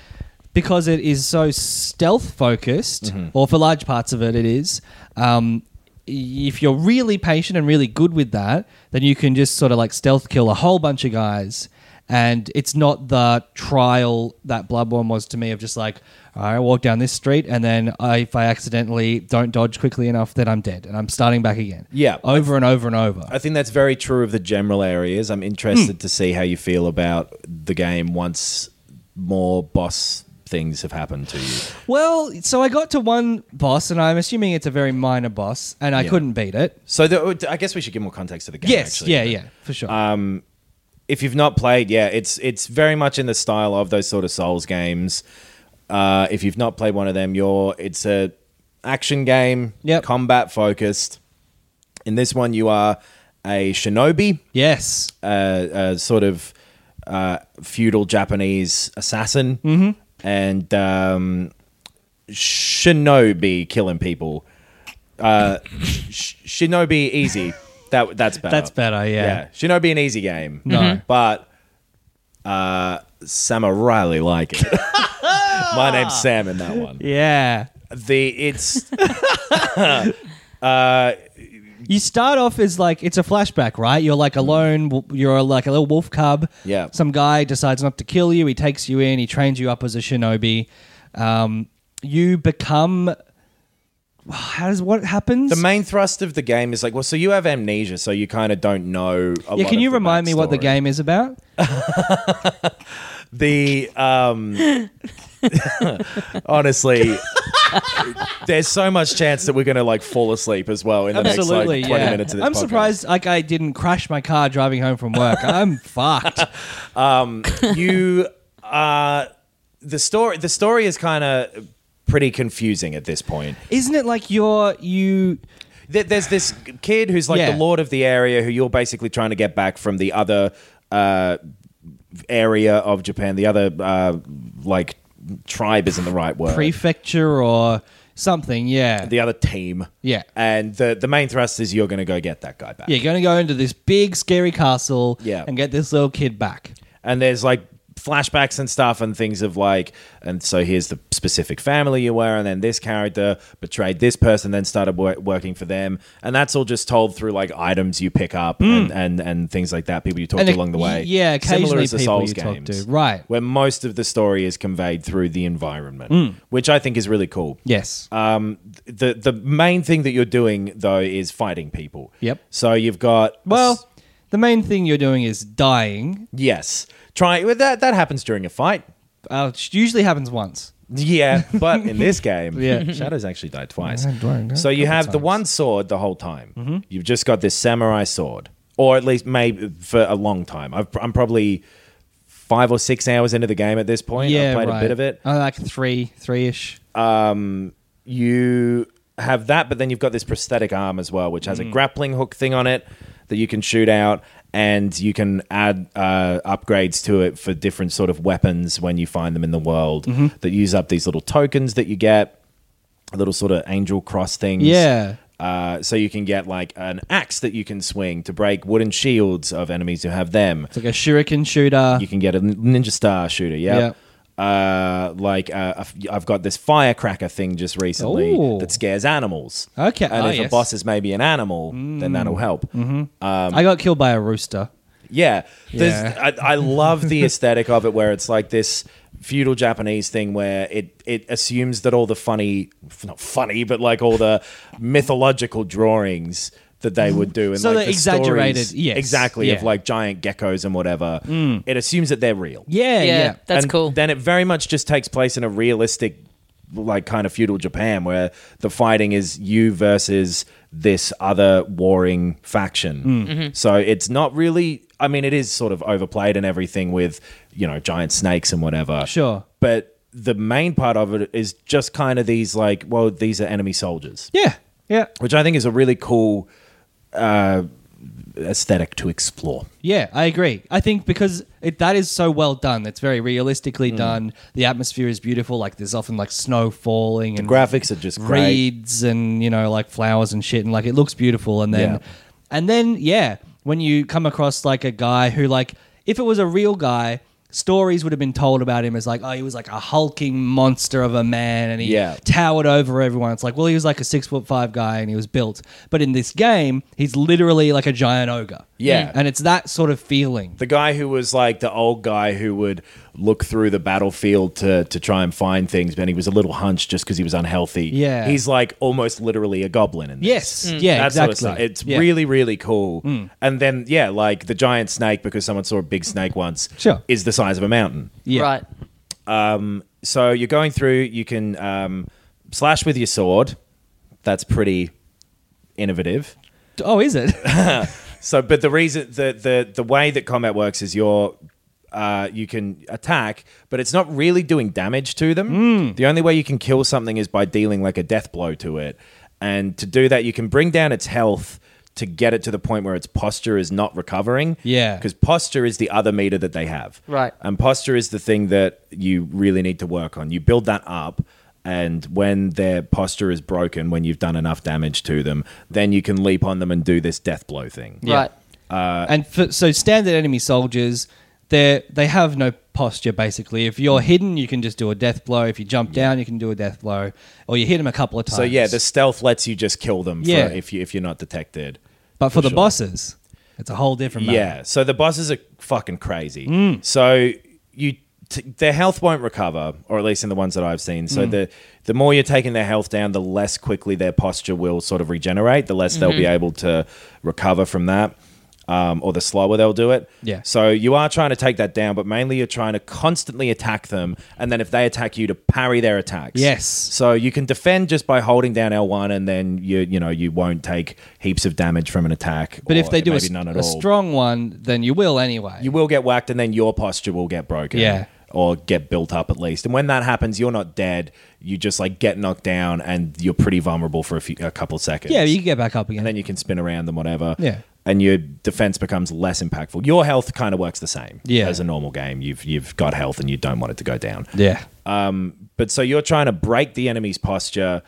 B: because it is so stealth focused, or for large parts of it, it is. Um, i- if you're really patient and really good with that, then you can just sort of like stealth kill a whole bunch of guys. And it's not the trial that Bloodborne was to me of just like, all right, I walk down this street, and then I, if I accidentally don't dodge quickly enough, then I'm dead and I'm starting back again.
C: Yeah.
B: Over and over and over.
C: I think that's very true of the general areas. I'm
B: Hmm.
C: interested to see how you feel about the game once more boss things have happened to you.
B: Well, so I got to one boss, and I'm assuming it's a very minor boss, and I
C: Yeah.
B: couldn't beat it.
C: So the, I guess we should give more context to the game.
B: yes,
C: actually. Uh,
B: yeah, yeah, for sure.
C: If you've not played, yeah, it's it's very much in the style of those sort of Souls games. Uh, if you've not played one of them, you're it's a action game,
B: Yep.
C: combat focused. In this one, you are a shinobi.
B: yes,
C: uh, a, a sort of uh, feudal Japanese assassin
B: Mm-hmm.
C: and um, shinobi killing people. Uh, sh- shinobi easy. That that's better.
B: That's better, yeah.
C: Shinobi an easy game.
B: No. Mhm.
C: but uh, Sam I really like it.
B: <laughs>
C: My name's Sam in that one
B: yeah,
C: the it's uh
B: you start off as like it's a flashback, right? You're like alone. w- You're like a little wolf cub.
C: Yeah.
B: Some guy decides not to kill you. He takes you in. He trains you up as a shinobi. Um, you become. <sighs> How does what happens?
C: The main thrust of the game is like, well, so you have amnesia, so you kind of don't know. A
B: yeah,
C: lot
B: can
C: of
B: you
C: the
B: remind me what the
C: backstory.
B: game is about?
C: The um,
B: <laughs>
C: honestly, there's so much chance that we're gonna like fall asleep as well in the
B: Absolutely,
C: next like 20
B: yeah.
C: minutes of this.
B: I'm
C: podcast.
B: surprised like I didn't crash my car driving home from
C: <laughs>
B: work. I'm fucked.
C: you uh the story the story is kind of pretty confusing at this point
B: Isn't it like you're you
C: There- there's this kid who's like
B: Yeah.
C: the lord of the area who you're basically trying to get back from the other uh area of japan the other uh like tribe isn't the right word
B: prefecture or something? Yeah.
C: the other team
B: Yeah.
C: and the the main thrust is you're gonna go get that guy back
B: yeah, you're gonna go into this big scary castle
C: Yeah.
B: and get this little kid back.
C: and there's like flashbacks and stuff and things of like and so here's the specific family you were and then this character betrayed this person then started wor- working for them and that's all just told through like items you pick up and, and and things like that people you talk
B: Hmm. And
C: to
B: it-
C: along the way
B: yeah,
C: similar
B: occasionally
C: as the
B: people
C: souls
B: you talk to.
C: games
B: Right.
C: where most of the story is conveyed through the environment
B: Hmm.
C: which i think is really cool
B: Yes.
C: um, th- the the main thing that you're doing though is fighting people.
B: Yep.
C: So you've got
B: well, the main thing you're doing is dying.
C: yes, try well, that that happens during a fight.
B: Uh, it usually happens once. <laughs>
C: Yeah, but in this game,
B: Yeah.
C: Shadow's actually died twice.
B: I had died a
C: so you
B: couple
C: have the
B: times.
C: one sword the whole time.
B: Mm-hmm.
C: You've just got this samurai sword, or at least maybe for a long time. I've, I'm probably five or six hours into the game at this point.
B: yeah,
C: I've played
B: right.
C: a bit of it.
B: Uh, like three, three ish.
C: You have that, but then you've got this prosthetic arm as well, which has a grappling hook thing on it that you can shoot out. And you can add uh, upgrades to it for different sort of weapons when you find them in the world that use up these little tokens that you get, little sort of angel cross things.
B: Yeah.
C: Uh, so you can get like an axe that you can swing to break wooden shields of enemies who have them.
B: It's like a shuriken shooter.
C: You can get a ninja star shooter. Yeah. Uh, like uh, I've- I've got this firecracker thing just recently
B: Ooh.
C: that scares animals.
B: Okay. Mm. Mm-hmm.
C: and
B: Ah,
C: if
B: yes.
C: a boss is maybe an animal, then that'll help. Um,
B: I got killed by a rooster.
C: Yeah, There's-
B: Yeah.
C: I, I
B: <laughs>
C: love the aesthetic of it, where it's like this feudal Japanese thing, where it it assumes that all the funny, not funny, but like all
B: <laughs>
C: the mythological drawings that they would do, and
B: So
C: like
B: they're
C: the stories-
B: exaggerated, yes.
C: exactly, of
B: Yeah. Mm.
C: like giant geckos and whatever. It assumes that they're real.
B: Yeah,
A: Yeah,
B: yeah.
A: that's
C: And
A: cool.
C: Then it very much just takes place in a realistic, like kind of feudal Japan, where the fighting is you versus this other warring faction.
A: Mm-hmm.
C: So it's not really. I mean, it is sort of overplayed and everything with you know giant snakes and whatever.
B: Sure.
C: but the main part of it is just kind of these like, well, these are enemy soldiers,
B: yeah, yeah,
C: which I think is a really cool uh, aesthetic to explore.
B: yeah. I agree. I think because it, that is so well done. It's very realistically
C: Mm.
B: done. The atmosphere is beautiful. Like there's often like snow falling and
C: Graphics are just great.
B: reeds and you know like flowers and shit and like it looks beautiful and then
C: Yeah.
B: and then yeah when you come across like a guy who like if it was a real guy stories would have been told about him as like oh he was like a hulking monster of a man and he
C: Yeah.
B: towered over everyone it's like well he was like a six foot five guy and he was built but in this game he's literally like a giant ogre
C: Yeah.
B: and it's that sort of feeling
C: The guy who was like the old guy who would look through the battlefield to to try and find things, but he was a little hunched just because he was unhealthy.
B: Yeah.
C: he's like almost literally a goblin in this.
B: Yes. Mm. Yeah,
C: that sort of
B: exactly.
C: stuff. It's
B: Yeah. Hmm.
C: really really cool. And then yeah, like the giant snake because someone saw a big snake once.
B: Sure.
C: is the size of a mountain.
B: yeah
A: Right.
C: So you're going through. You can um, slash with your sword. That's pretty innovative.
B: oh is it <laughs>
C: So, but the reason the the the way that combat works is you're. Uh, you can attack, but it's not really doing damage to them.
B: Hmm.
C: The only way you can kill something is by dealing like a death blow to it. And to do that, you can bring down its health to get it to the point where its posture is not recovering.
B: Yeah.
C: Because posture is the other meter that they have.
A: Right.
C: And posture is the thing that you really need to work on. You build that up, and when their posture is broken, when you've done enough damage to them, then you can leap on them and do this death blow thing.
B: Yeah.
C: Uh,
A: Right.
B: and for, so standard enemy soldiers, they they have no posture, basically. If you're hidden, you can just do a death blow. If you jump down, you can do a death blow. Or you hit him a couple of times.
C: So yeah, the stealth lets you just kill them.
B: Yeah.
C: For, if you if you're not detected.
B: But for, the
C: sure.
B: bosses, it's a whole different matter.
C: Yeah. So the bosses are fucking crazy.
B: Mm.
C: So you t- their health won't recover, or at least in the ones that I've seen.
B: Mm.
C: So the the more you're taking their health down, the less quickly their posture will sort of regenerate. The less
B: Mm-hmm.
C: they'll be able to recover from that. Um, or the slower they'll do it.
B: Yeah.
C: So you are trying to take that down, but mainly you're trying to constantly attack them, and then if they attack you, to parry their attacks.
B: Yes.
C: So you can defend just by holding down L1, and then you you know you won't take heaps of damage from an attack.
B: But if
C: or
B: they do a,
C: maybe none at
B: a
C: all.
B: strong one, then you will anyway.
C: you will get whacked and then your posture will get broken
B: Yeah.
C: or get built up at least and when that happens you're not dead you just like get knocked down and you're pretty vulnerable for a, few, a couple seconds
B: yeah, you can get back up again.
C: and then you can spin around and whatever
B: Yeah.
C: and your defense becomes less impactful your health kind of works the same
B: Yeah.
C: as a normal game you've you've got health and you don't want it to go down
B: yeah.
C: but so you're trying to break the enemy's posture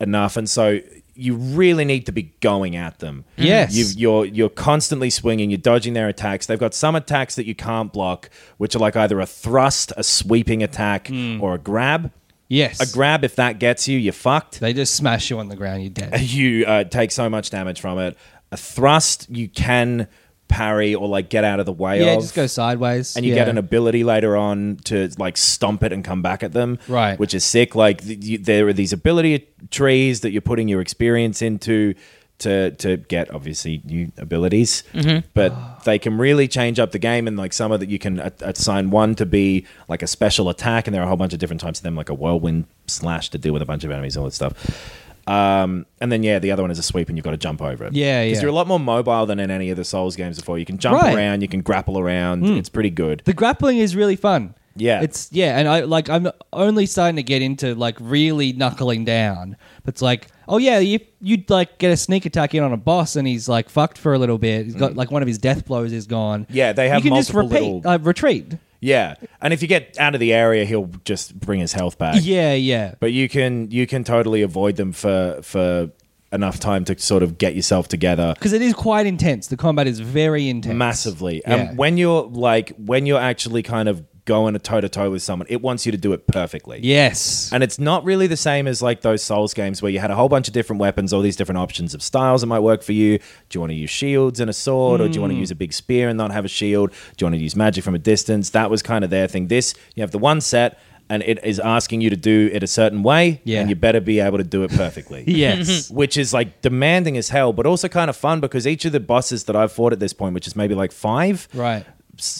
C: enough, and so you really need to be going at them.
B: Mm-hmm. Yes.
C: you you're you're constantly swinging. You're dodging their attacks. They've got some attacks that you can't block, which are like either a thrust, a sweeping attack, or a grab.
B: Mm. yes.
C: A grab, if that gets you, you're fucked.
B: they just smash you on the ground, you're dead.
C: <laughs> You uh, take so much damage from it. A thrust, you can parry or like get out of the way
B: yeah,
C: of
B: just go sideways.
C: and you
B: Yeah.
C: get an ability later on to like stomp it and come back at them,
B: Right.
C: Which is sick. Like th- you, there are these ability trees that you're putting your experience into to to get obviously new abilities,
B: Mm-hmm.
C: but they can really change up the game. And like some of that, you can a- assign one to be like a special attack, and there are a whole bunch of different types of them, like a whirlwind slash to deal with a bunch of enemies, and all that stuff. Um, and then yeah, the other one is a sweep, and you've got to jump over it.
B: Yeah, yeah.
C: Because you're a lot more mobile than in any of the Souls games before. You can jump
B: Right. Hmm.
C: around, you can grapple around. It's pretty good.
B: The grappling is really fun.
C: Yeah.
B: It's yeah, and I like I'm only starting to get into like really knuckling down. But it's like, oh yeah, you you'd like get a sneak attack in on a boss and he's like fucked for a little bit. He's got like one of his death blows is gone.
C: Mm. Yeah, they have
B: You can just
C: multiple
B: repeat
C: little-
B: uh, retreat.
C: Yeah, and if you get out of the area, he'll just bring his health back.
B: Yeah, yeah.
C: But you can you can totally avoid them for for enough time to sort of get yourself together
B: Because it is quite intense. The combat is very intense.
C: massively.
B: Yeah.
C: And when you're like when you're actually kind of going toe to toe with someone, it wants you to do it perfectly.
B: Yes.
C: And it's not really the same as like those Souls games where you had a whole bunch of different weapons, all these different options of styles that might work for you. Do you want to use shields and a sword, or do you
B: Hmm.
C: want to use a big spear and not have a shield? Do you want to use magic from a distance? That was kind of their thing. This, you have the one set, and it is asking you to do it a certain way,
B: Yeah.
C: and you better be able to do it perfectly.
B: <laughs> yes.
C: <laughs> Which is like demanding as hell, but also kind of fun because each of the bosses that I've fought at this point, which is maybe like five,
B: right.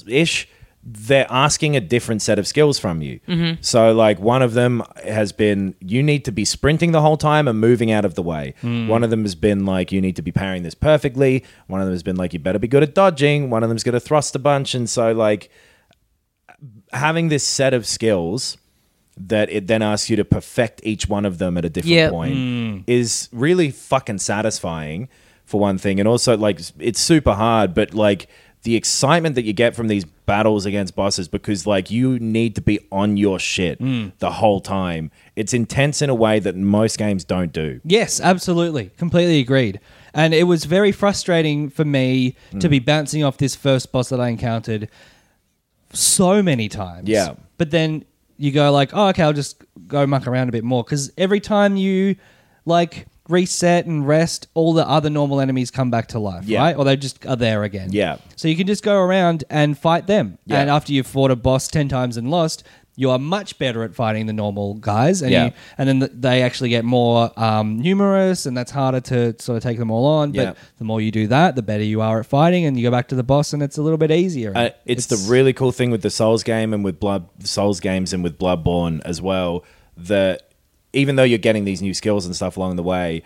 C: ish they're asking a different set of skills from you so like one of them has been you need to be sprinting the whole time and moving out of the way one of them has been like you need to be parrying this perfectly one of them has been like you better be good at dodging one of them's going to thrust a bunch and so like having this set of skills that it then asks you to perfect each one of them at a different
A: Yep.
C: point is really fucking satisfying for one thing and also like it's super hard but like the excitement that you get from these battles against bosses because like you need to be on your shit the whole time it's intense in a way that most games don't do
B: Yes, absolutely. Completely agreed. And it was very frustrating for me to
C: Mm.
B: be bouncing off this first boss that I encountered so many times.
C: Yeah.
B: But then you go like, "Oh, okay, I'll just go muck around a bit more cuz every time you like reset and rest, all the other normal enemies come back to life,
C: Yeah.
B: right? Or they just are there again.
C: Yeah.
B: So you can just go around and fight them.
C: Yeah.
B: And after you've fought a boss 10 times and lost, you are much better at fighting the normal guys and
C: Yeah.
B: you, and then th- they actually get more um, numerous, and that's harder to sort of take them all on. But
C: Yeah.
B: the more you do that, the better you are at fighting, and you go back to the boss, and it's a little bit easier.
C: Uh, it's, the really cool thing with the Souls game and with Blood Souls games and with Bloodborne as well that even though you're getting these new skills and stuff along the way,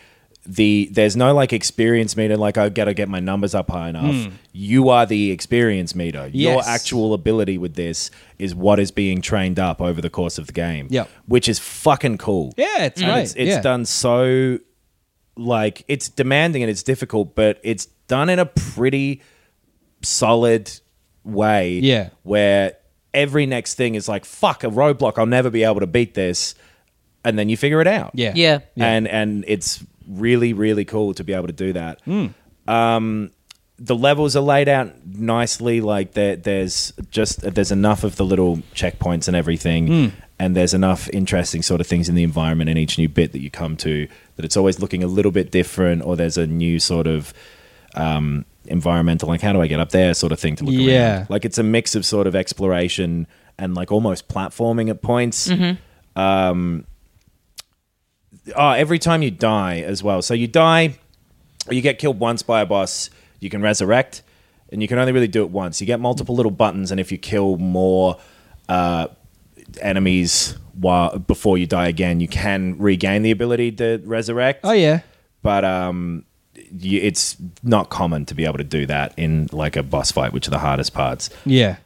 C: the there's no like experience meter like I gotta get my numbers up high enough. You are the experience meter. Your
B: Hmm. Yes.
C: actual ability with this is what is being trained up over the course of the game.
B: Yep.
C: Which is fucking cool.
B: yeah, it's
C: And
B: right.
C: It's, it's
B: yeah.
C: done so like it's demanding and it's difficult, but it's done in a pretty solid way.
B: Yeah.
C: Where every next thing is like, fuck a roadblock, I'll never be able to beat this. And then you figure it out.
B: Yeah,
A: Yeah.
C: And and it's really, really cool to be able to do that. Um the levels are laid out nicely. Like there, there's just there's enough of the little checkpoints and everything, and there's enough interesting sort of things in the environment in each new bit that you come to that it's always looking a little bit different, or there's a new sort of um, environmental like how do I get up there sort of thing to look
B: Yeah.
C: around. Like it's a mix of sort of exploration and like almost platforming at points.
B: Mm-hmm.
C: Um, Oh, every time you die as well. So you die, or you get killed once by a boss, you can resurrect, and you can only really do it once. You get multiple little buttons, and if you kill more uh, enemies while before you die again, you can regain the ability to resurrect.
B: Oh yeah.
C: But um, you, it's not common to be able to do that in like a boss fight, which are the hardest parts
B: Yeah.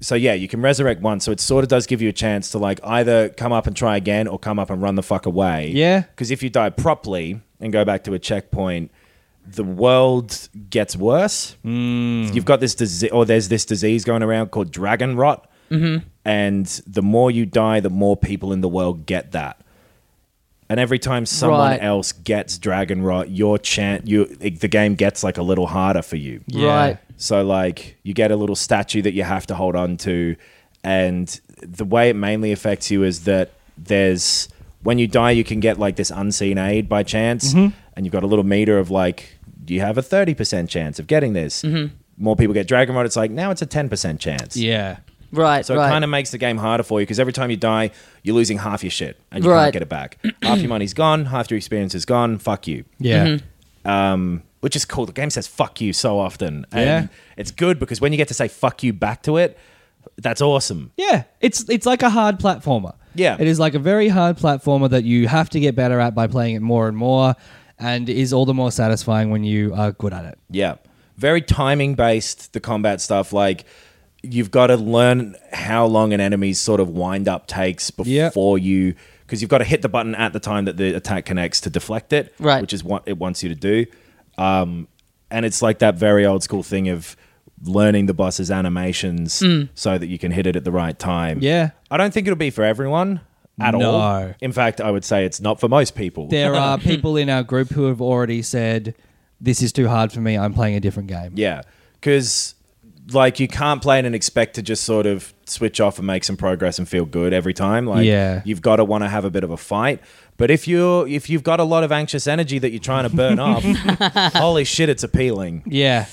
C: so yeah, you can resurrect once, so it sort of does give you a chance to like either come up and try again or come up and run the fuck away.
B: Yeah.
C: Because if you die properly and go back to a checkpoint, the world gets worse.
B: Mm.
C: You've got this disease, or there's this disease going around called dragon rot,
B: Mm-hmm.
C: and the more you die, the more people in the world get that. And every time someone
A: Right.
C: else gets dragon rot, your chant, you the game gets like a little harder for you.
B: Yeah.
A: Right.
C: So like you get a little statue that you have to hold on to and the way it mainly affects you is that there's when you die you can get like this unseen aid by chance
A: Mm-hmm.
C: and you've got a little meter of like you have a 30% chance of getting this.
A: Mm-hmm.
C: More people get Dragon Rod it's like now it's a 10% chance.
B: Yeah.
A: Right.
C: So
A: right.
C: it kind of makes the game harder for you because every time you die, you're losing half your shit and you
A: Right.
C: can't get it back. half your money's gone, half your experience is gone. Fuck you
B: Yeah.
C: um, which is cool. The game says "fuck you" so often, and
B: Yeah.
C: it's good because when you get to say "fuck you" back to it, that's awesome.
B: Yeah, it's it's like a hard platformer.
C: Yeah.
B: it is like a very hard platformer that you have to get better at by playing it more and more, and is all the more satisfying when you are good at it.
C: Yeah, very timing based. The combat stuff, like you've got to learn how long an enemy's sort of wind up takes
B: Yeah.
C: before you, because you've got to hit the button at the time that the attack connects to deflect it,
A: Right.
C: Which is what it wants you to do. Um, and it's like that very old school thing of learning the boss's animations so that you can hit it at the right time.
B: Mm. Yeah,
C: I don't think it'll be for everyone at
B: No.
C: all. In fact, I would say it's not for most people.
B: there are people in our group who have already said, "This is too hard for me. I'm playing a different game."
C: Yeah, because like you can't play it and expect to just sort of switch off and make some progress and feel good every time. Like
B: Yeah.
C: you've got to want to have a bit of a fight. But if you're if you've got a lot of anxious energy that you're trying to burn
A: <laughs>
C: off, holy shit, it's appealing.
B: Yeah,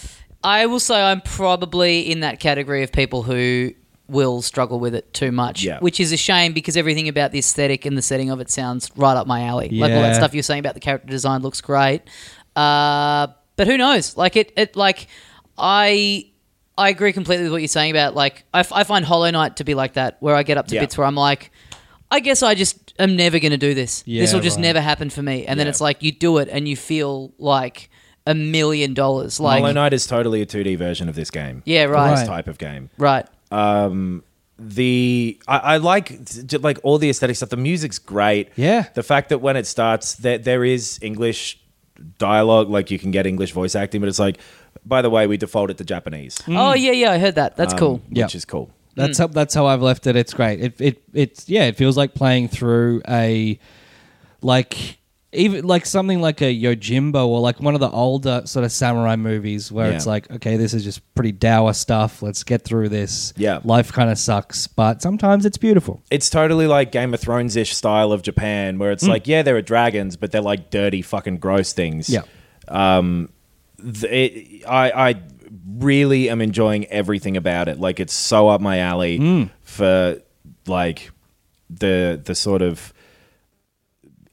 A: I will say I'm probably in that category of people who will struggle with it too much,
C: Yeah.
A: which is a shame because everything about the aesthetic and the setting of it sounds right up my alley. Like all that
B: Yeah.
A: stuff you're saying about the character design looks great, uh, but who knows? Like it, it like I. I agree completely with what you're saying about like I, f- I find Hollow Knight to be like that where I get up to
C: Yeah.
A: bits where I'm like I guess I just am never going to do this. this
B: Yeah,
A: will just
B: right.
A: never happen for me. And then
C: Yeah.
A: it's like you do it and you feel like a million dollars. Like
C: Hollow Knight is totally a 2D version of this game.
A: yeah, right.
C: This
B: Right.
C: type of game.
A: Right.
C: the I, I like j- like all the aesthetic stuff. The music's great.
B: Yeah.
C: The fact that when it starts, there there is English dialogue, like you can get English voice acting, but it's like, by the way, we default it to Japanese,
A: Oh yeah, yeah, I heard that. That's cool.
B: Mm.
C: which
B: Yeah.
C: is cool.
B: that's how that's how I've left it. It's great. It it it's yeah. It feels like playing through a like even like something like a Yojimbo or like one of the older sort of samurai movies where
C: Yeah.
B: it's like, okay, this is just pretty dour stuff. Let's get through this.
C: Yeah.
B: life kind of sucks, but sometimes it's beautiful.
C: It's totally like Game of Thrones ish style of Japan, where
B: Mm.
C: it's like, yeah, there are dragons, but they're like dirty, fucking gross things.
B: Yeah,
C: th- it, I, I really am enjoying everything about it. Like it's so up my alley
B: Mm.
C: for like the the sort of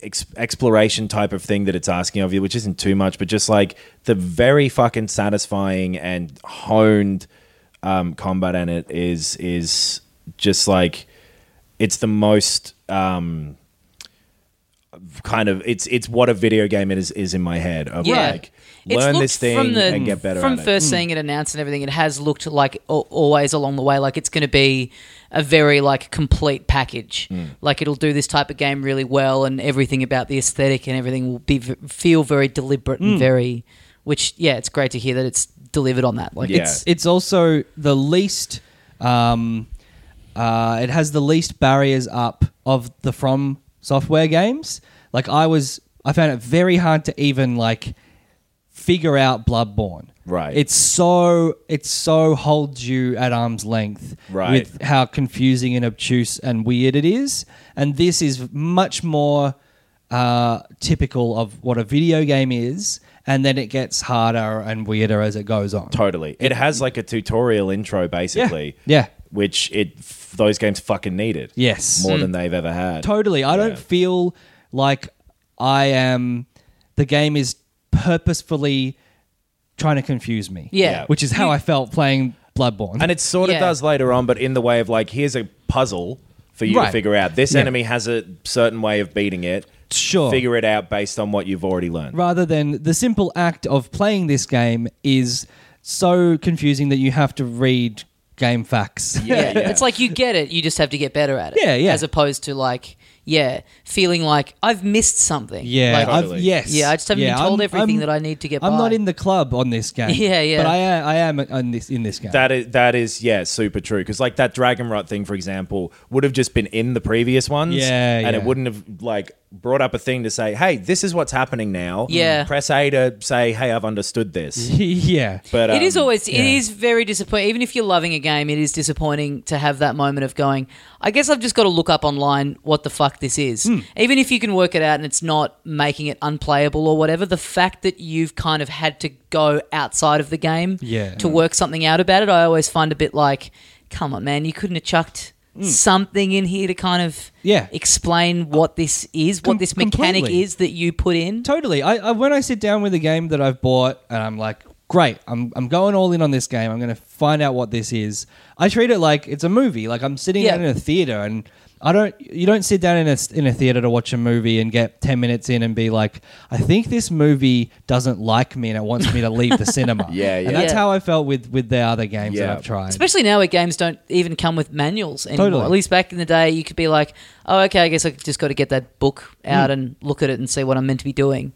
C: ex- exploration type of thing that it's asking of you, which isn't too much, but just like the very fucking satisfying and honed um, combat in it is is just like it's the most. Um, kind of it's it's what a video game it is is in my head of
A: Yeah.
C: like
A: It's
C: learn
A: looked
C: this thing
A: from the-
C: and get better
A: from
C: at it. Mm.
A: first seeing it announced and everything. It has looked like al- always along the way, like it's going to be a very like complete package.
C: Mm.
A: Like it'll do this type of game really well, and everything about the aesthetic and everything will be v- feel very deliberate
C: Mm.
A: and very. Which yeah, it's great to hear that it's delivered on that. Like
C: Yeah.
A: it's
B: it's also the least. Um, uh, it has the least barriers up of the From Software games. Like I was, I found it very hard to even like figure out Bloodborne.
C: Right.
B: It's so it so holds you at arm's length
C: Right.
B: with how confusing and obtuse and weird it is. And this is much more uh, typical of what a video game is, and then it gets harder and weirder as it goes on.
C: Totally. It has like a tutorial intro, basically.
B: Yeah.
C: Which it f- those games fucking needed.
B: Yes.
A: Hmm.
C: More than they've ever had.
B: Totally. I
C: Yeah.
B: don't feel like I am. The game is purposefully trying to confuse me.
A: Yeah.
B: Which is how I felt playing Bloodborne.
C: And it sort of
A: Yeah.
C: does later on, but in the way of like, here's a puzzle for you to
B: Right.
C: figure out. This
B: Yeah.
C: enemy has a certain way of beating it.
B: Sure.
C: Figure it out based on what you've already learned.
B: rather than the simple act of playing this game is so confusing that you have to read game facts.
C: Yeah, <laughs> yeah.
A: It's like you get it, you just have to get better at it.
B: Yeah, yeah.
A: As opposed to like, yeah, feeling like I've missed something.
B: <laughs> Yeah,
A: Like,
C: I've-
B: i
C: Totally.
B: yes.
A: Yeah, I just haven't been told everything that I need to get
B: I'm not
A: by.
B: in the club
A: <laughs>
B: on this game.
A: Yeah, yeah.
B: But I am, I am on this in this game.
C: That is that is yeah, super true. Because like that dragon rot thing, for example, would have just been in the previous ones,
B: Yeah,
C: and it
B: yeah.
C: wouldn't have like brought up a thing to say, hey, this is what's happening now.
A: Yeah.
C: press A to say, hey, I've understood this.
B: <laughs> yeah.
C: But
A: it is
C: um,
A: always
B: yeah.
A: it is very disappointing. Even if you're loving a game, it is disappointing to have that moment of going. I guess I've just got to look up online what the fuck this is.
B: Hmm.
A: Even if you can work it out and it's not making it unplayable or whatever, the fact that you've kind of had to go outside of the game
B: Yeah.
A: to work something out about it, I always find a bit like, come on, man, you couldn't have chucked. Something in here to kind of
B: Hmm. Yeah.
A: explain what this is, what
B: Com-
A: this mechanic
B: completely.
A: is that you put in.
B: Totally. I, I when I sit down with a game that I've bought and I'm like, great, I'm I'm going all in on this game. I'm going to find out what this is. I treat it like it's a movie. Like I'm sitting
A: Yeah.
B: down in a theater and. I don't. You don't sit down in a in a theater to watch a movie and get ten minutes in and be like, "I think this movie doesn't like me and it wants me to leave the cinema."
C: <laughs> Yeah, yeah.
B: And that's
A: Yeah.
B: how I felt with with the other games
C: Yeah.
B: that I've tried.
A: Especially now where games don't even come with manuals anymore.
B: Totally.
A: At least back in the day, you could be like, oh, okay, I guess I just got to get that book
B: Hmm.
A: out and look at it and see what I'm meant to be doing.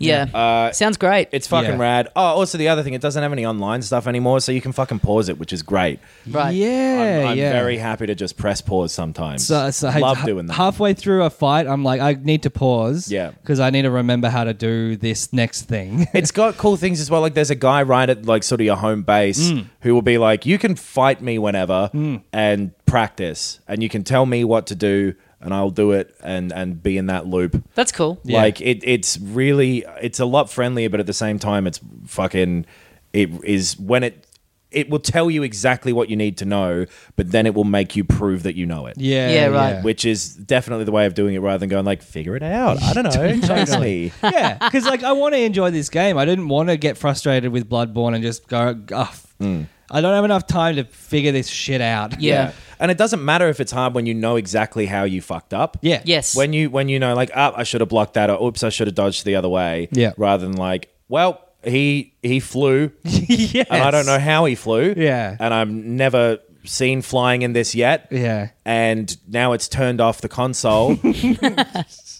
A: Yeah.
B: Uh,
A: Sounds great.
C: It's fucking
B: Yeah.
C: rad. Oh, also the other thing, it doesn't have any online stuff anymore, so you can fucking pause it, which is great.
A: right.
B: Yeah,
C: I'm, I'm
B: yeah.
C: very happy to just press pause sometimes.
B: So, so I-
C: Love
B: ha-
C: doing that.
B: Halfway through a fight, I'm like, I need to pause.
C: Yeah.
B: Because I need to remember how to do this next thing. <laughs>
C: it's got cool things as well. Like there's a guy right at like sort of your home base
B: Mm.
C: who will be like, "You can fight me whenever and practice, and you can tell me what to do, and I'll do it, and and be in that loop."
A: That's cool.
B: Yeah.
C: Like it, it's really, it's a lot friendlier, but at the same time, it's fucking. It is when it. It will tell you exactly what you need to know, but then it will make you prove that you know it.
B: Yeah.
A: Yeah, right.
C: Which is definitely the way of doing it rather than going like, figure it out. I don't
B: <laughs>
C: know. Trust me.
B: <laughs> yeah, because like I want to enjoy this game. I didn't want to get frustrated with Bloodborne and just go, oh,
C: Mm.
B: I don't have enough time to figure this shit out.
A: Yeah.
C: And it doesn't matter if it's hard when you know exactly how you fucked up.
B: Yeah.
A: Yes.
C: When you when you know like, ah, I should have blocked that or oops, I should have dodged the other way.
B: Yeah.
C: Rather than like, well, he
B: <laughs>
C: he flew
B: <laughs> yes.
C: and I don't know how he flew.
B: Yeah.
C: And I've never seen flying in this yet.
B: Yeah.
C: And now it's turned off the console.
B: <laughs>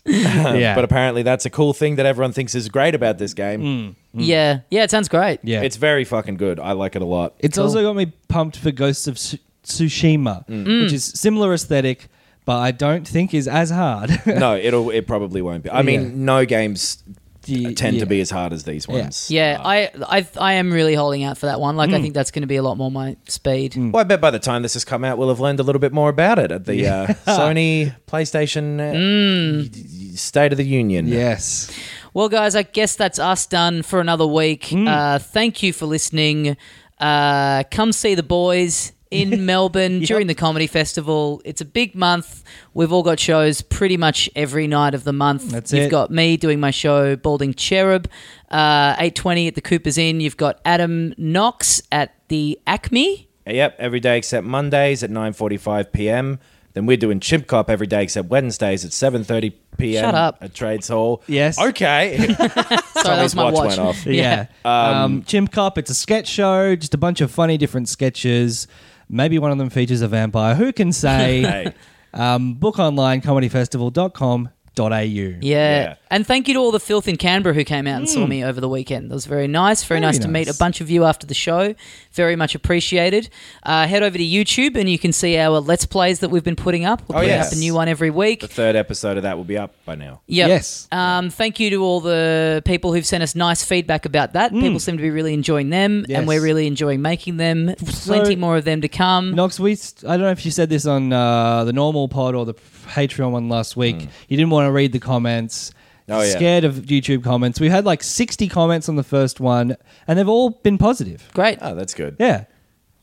B: yeah.
C: But apparently that's a cool thing that everyone thinks is great about this game.
B: Hmm.
A: Yeah. Yeah. It sounds great.
B: Mm. yeah.
C: It's
B: It's,
C: very fucking good. I like it a lot.
B: also got me pumped for Ghosts of Tsu- Tsushima,
C: Mm.
A: Mm.
B: which is similar aesthetic, but I don't think is as hard. <laughs>
C: no, it'll it probably won't be. I mean,
B: Yeah.
C: no games
B: The-
C: tend
B: yeah.
C: to be as hard as these ones.
A: Yeah.
B: Uh,
A: I, I I am really holding out for that one.
B: hmm.
A: Like, I think that's going to be a lot more my speed.
C: Well, I bet by the time this has come out, we'll have learned a little bit more about it at the uh,
B: <laughs>
C: Sony PlayStation uh,
A: Mm.
C: y- y- State of the Union.
B: yes.
A: Well, guys, I guess that's us done for another week.
B: Hmm.
A: Uh, thank you for listening. Uh, come see the boys
B: <laughs>
A: in Melbourne during the Comedy Festival. It's a big month. We've all got shows pretty much every night of the month.
B: That's
A: You've
B: it.
A: got me doing my show, Balding Cherub, uh, 8.20 at the Cooper's Inn. You've got Adam Knox at the Acme.
C: Yep, every day except Mondays at 9.45 p.m. Then we're doing Chimp Cop every day except Wednesdays at 7.30 p.m.
A: Shut up.
C: At Trades Hall.
B: Yes. <laughs>
C: Okay. <laughs>
A: Sorry, that was my
C: watch
A: watch.
C: went off.
B: Yeah. Um, Jim Cop, it's a sketch show, just a bunch of funny different sketches. Maybe one of
C: <laughs>
B: them features a vampire. Who can say?
C: Hey.
B: um, book online comedyfestival.com.au. au.
A: Yeah.
C: Yeah.
A: And thank you to all the filth in Canberra who came out and saw me over the weekend. That was very nice. Very, nice, to meet a
B: nice.
A: bunch of you after the show. Very much appreciated. Uh, head over to YouTube and you can see our Let's Plays that we've been putting up. We're
C: Oh,
A: putting
C: yes.
A: up a new one every week.
C: The third episode of that will be up by now.
A: Yep.
B: Yes.
A: Um, thank you to all the people who've sent us nice feedback about that. People seem to be really enjoying them,
B: Yes.
A: and we're really enjoying making them. Plenty more of them to come.
B: Knox, we, I don't know if you said this on uh, the normal pod or the Patreon one last week. You didn't want to read the comments.
C: Oh, yeah.
B: Scared of YouTube comments. We had like 60 comments on the first one, and they've all been positive.
A: Great.
C: Oh, that's good.
B: Yeah.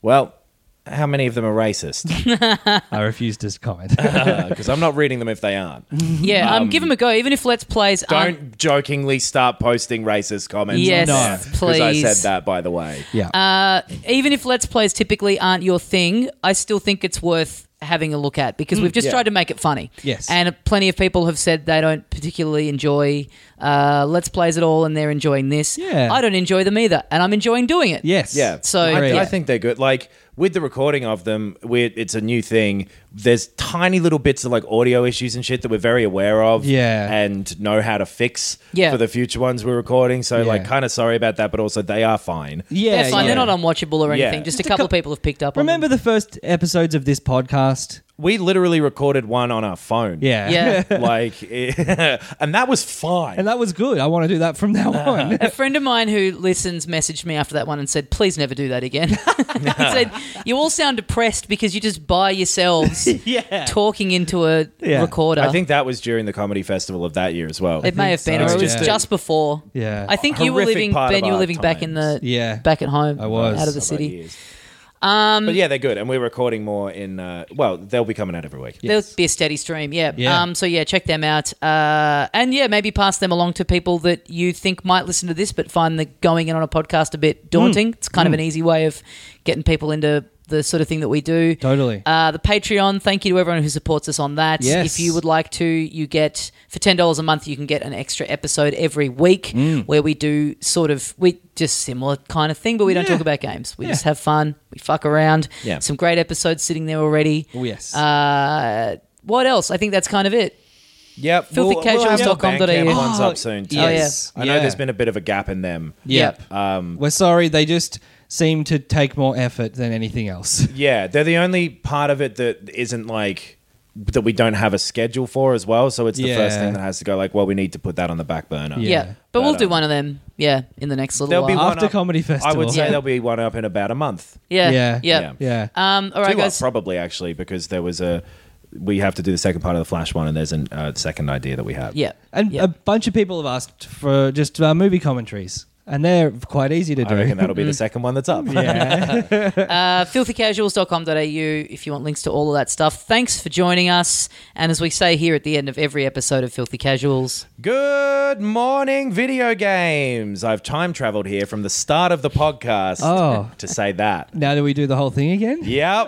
C: Well, how many of them are racist?
B: I refuse to comment.
C: Because Uh, I'm not reading them if they aren't.
A: yeah. Um, give them a go, even if Let's Plays aren't.
C: Don't jokingly start posting racist comments.
A: Yes,
B: No.
C: Because I
A: please.
C: said that, by the way.
B: yeah.
A: Uh, even if Let's Plays typically aren't your thing, I still think it's worth having a look at because we've just
C: yeah.
A: tried to make it funny.
B: Mm, Yes.
A: And plenty of people have said they don't particularly enjoy uh, Let's Plays at all and they're enjoying this.
B: Yeah.
A: I don't enjoy them either, and I'm enjoying doing it.
B: yes.
C: Yeah.
A: So-
C: I,
A: Agreed.
C: I think they're good. Like with the recording of them, we're, it's a new thing. There's tiny little bits of like audio issues and shit that we're very aware of.
B: Yeah.
C: And know how to fix
A: Yeah.
C: for the future ones we're recording. So
B: Yeah.
C: like kind of sorry about that, but also they are fine.
B: Yeah.
A: They're fine.
B: yeah.
A: They're not unwatchable or
C: Yeah.
A: anything. Just,
B: Just
A: a
B: a
A: couple of
B: cou-
A: people have picked up.
B: Remember
A: on
B: the first episodes of this podcast?
C: We literally recorded one on our phone.
B: Yeah.
A: them.
B: <laughs>
A: yeah.
C: <laughs> Like, it- and that was fine.
B: And that was good. I want to do that from now
C: Uh-huh. <laughs>
B: on.
A: A friend of mine who listens messaged me after that one and said, "Please never do that again." <laughs> he said, "You all sound depressed because you just by
B: <laughs>
A: yourselves talking into a
B: Yeah.
A: recorder."
C: I think that was during the comedy festival of that year as well.
A: it may have been,
B: so,
A: or it was
B: yeah.
A: just before.
B: Yeah.
A: I think you were
C: Horrific
A: living,
C: part
A: Ben.
C: of
A: You were
C: our
A: living back in the
B: Yeah.
A: back at home.
B: I was.
A: out of the
C: About
A: city.
C: years. Um, but yeah, they're good, and we're recording more in. Uh, well, they'll be coming out every week.
A: There'll be a steady stream, yeah.
B: Yeah.
A: Um, so yeah, check them out, uh, and yeah, maybe pass them along to people that you think might listen to this, but find the going in on a podcast a bit daunting.
B: Mm.
A: It's kind of an easy way of getting people into the sort of thing that we do.
B: Totally.
A: Uh, the Patreon. Thank you to everyone who supports us on that.
B: Yes.
A: If you would like to, you get for ten dollars a month, you can get an extra episode every week
B: Mm.
A: where we do sort of we just similar kind of thing, but we don't
B: Yeah.
A: talk about games. We
B: Yeah.
A: just have fun. We fuck around.
C: Yeah.
A: Some great episodes sitting there already.
B: Oh, yes.
A: Uh, what else? I think that's kind of it.
C: Yep.
A: filthycasuals.com.au.
C: Bandcamp ones
B: Oh,
C: up soon. Too.
A: yes.
C: I know
B: Yeah.
C: there's been a bit of a Um, gap in them.
B: Yep.
A: Yep.
B: We're sorry. They just seem to take more effort than anything else.
C: Yeah, they're the only part of it that isn't like that we don't have a schedule for as well. So it's the
B: Yeah.
C: first thing that has to go. Like, well, we need to put that on the back burner.
A: Yeah.
B: Yeah.
A: But, we'll
C: But,
A: do
C: um,
A: one of them, yeah, in the next little
C: There'll be
A: while.
C: one
B: After
C: up-
B: Comedy
C: I would
B: Festival.
C: say
A: Yeah.
C: there'll be one up in about a month.
A: yeah, yeah.
B: Yeah.
A: Yeah.
B: Yeah.
A: Um, all right,
C: Two up
A: guys.
C: probably actually because there was a. We have to do the second part of the Flash one, and there's a uh, second idea that we have.
A: yeah.
B: And uh,
A: yeah.
B: a bunch of people have asked for just uh, movie commentaries, and they're quite easy to
C: I
B: do.
C: reckon that'll
B: <laughs>
C: be the second one that's up.
B: yeah.
A: uh, filthycasuals.com.au if you want links to all of that stuff. Thanks for joining us. And as we say here at the end of every episode of Filthy Casuals,
C: <laughs> Good morning, video games. I've time traveled here from the start of the podcast
B: Oh.
C: to say that.
B: now do we do the whole thing again?
C: Yep.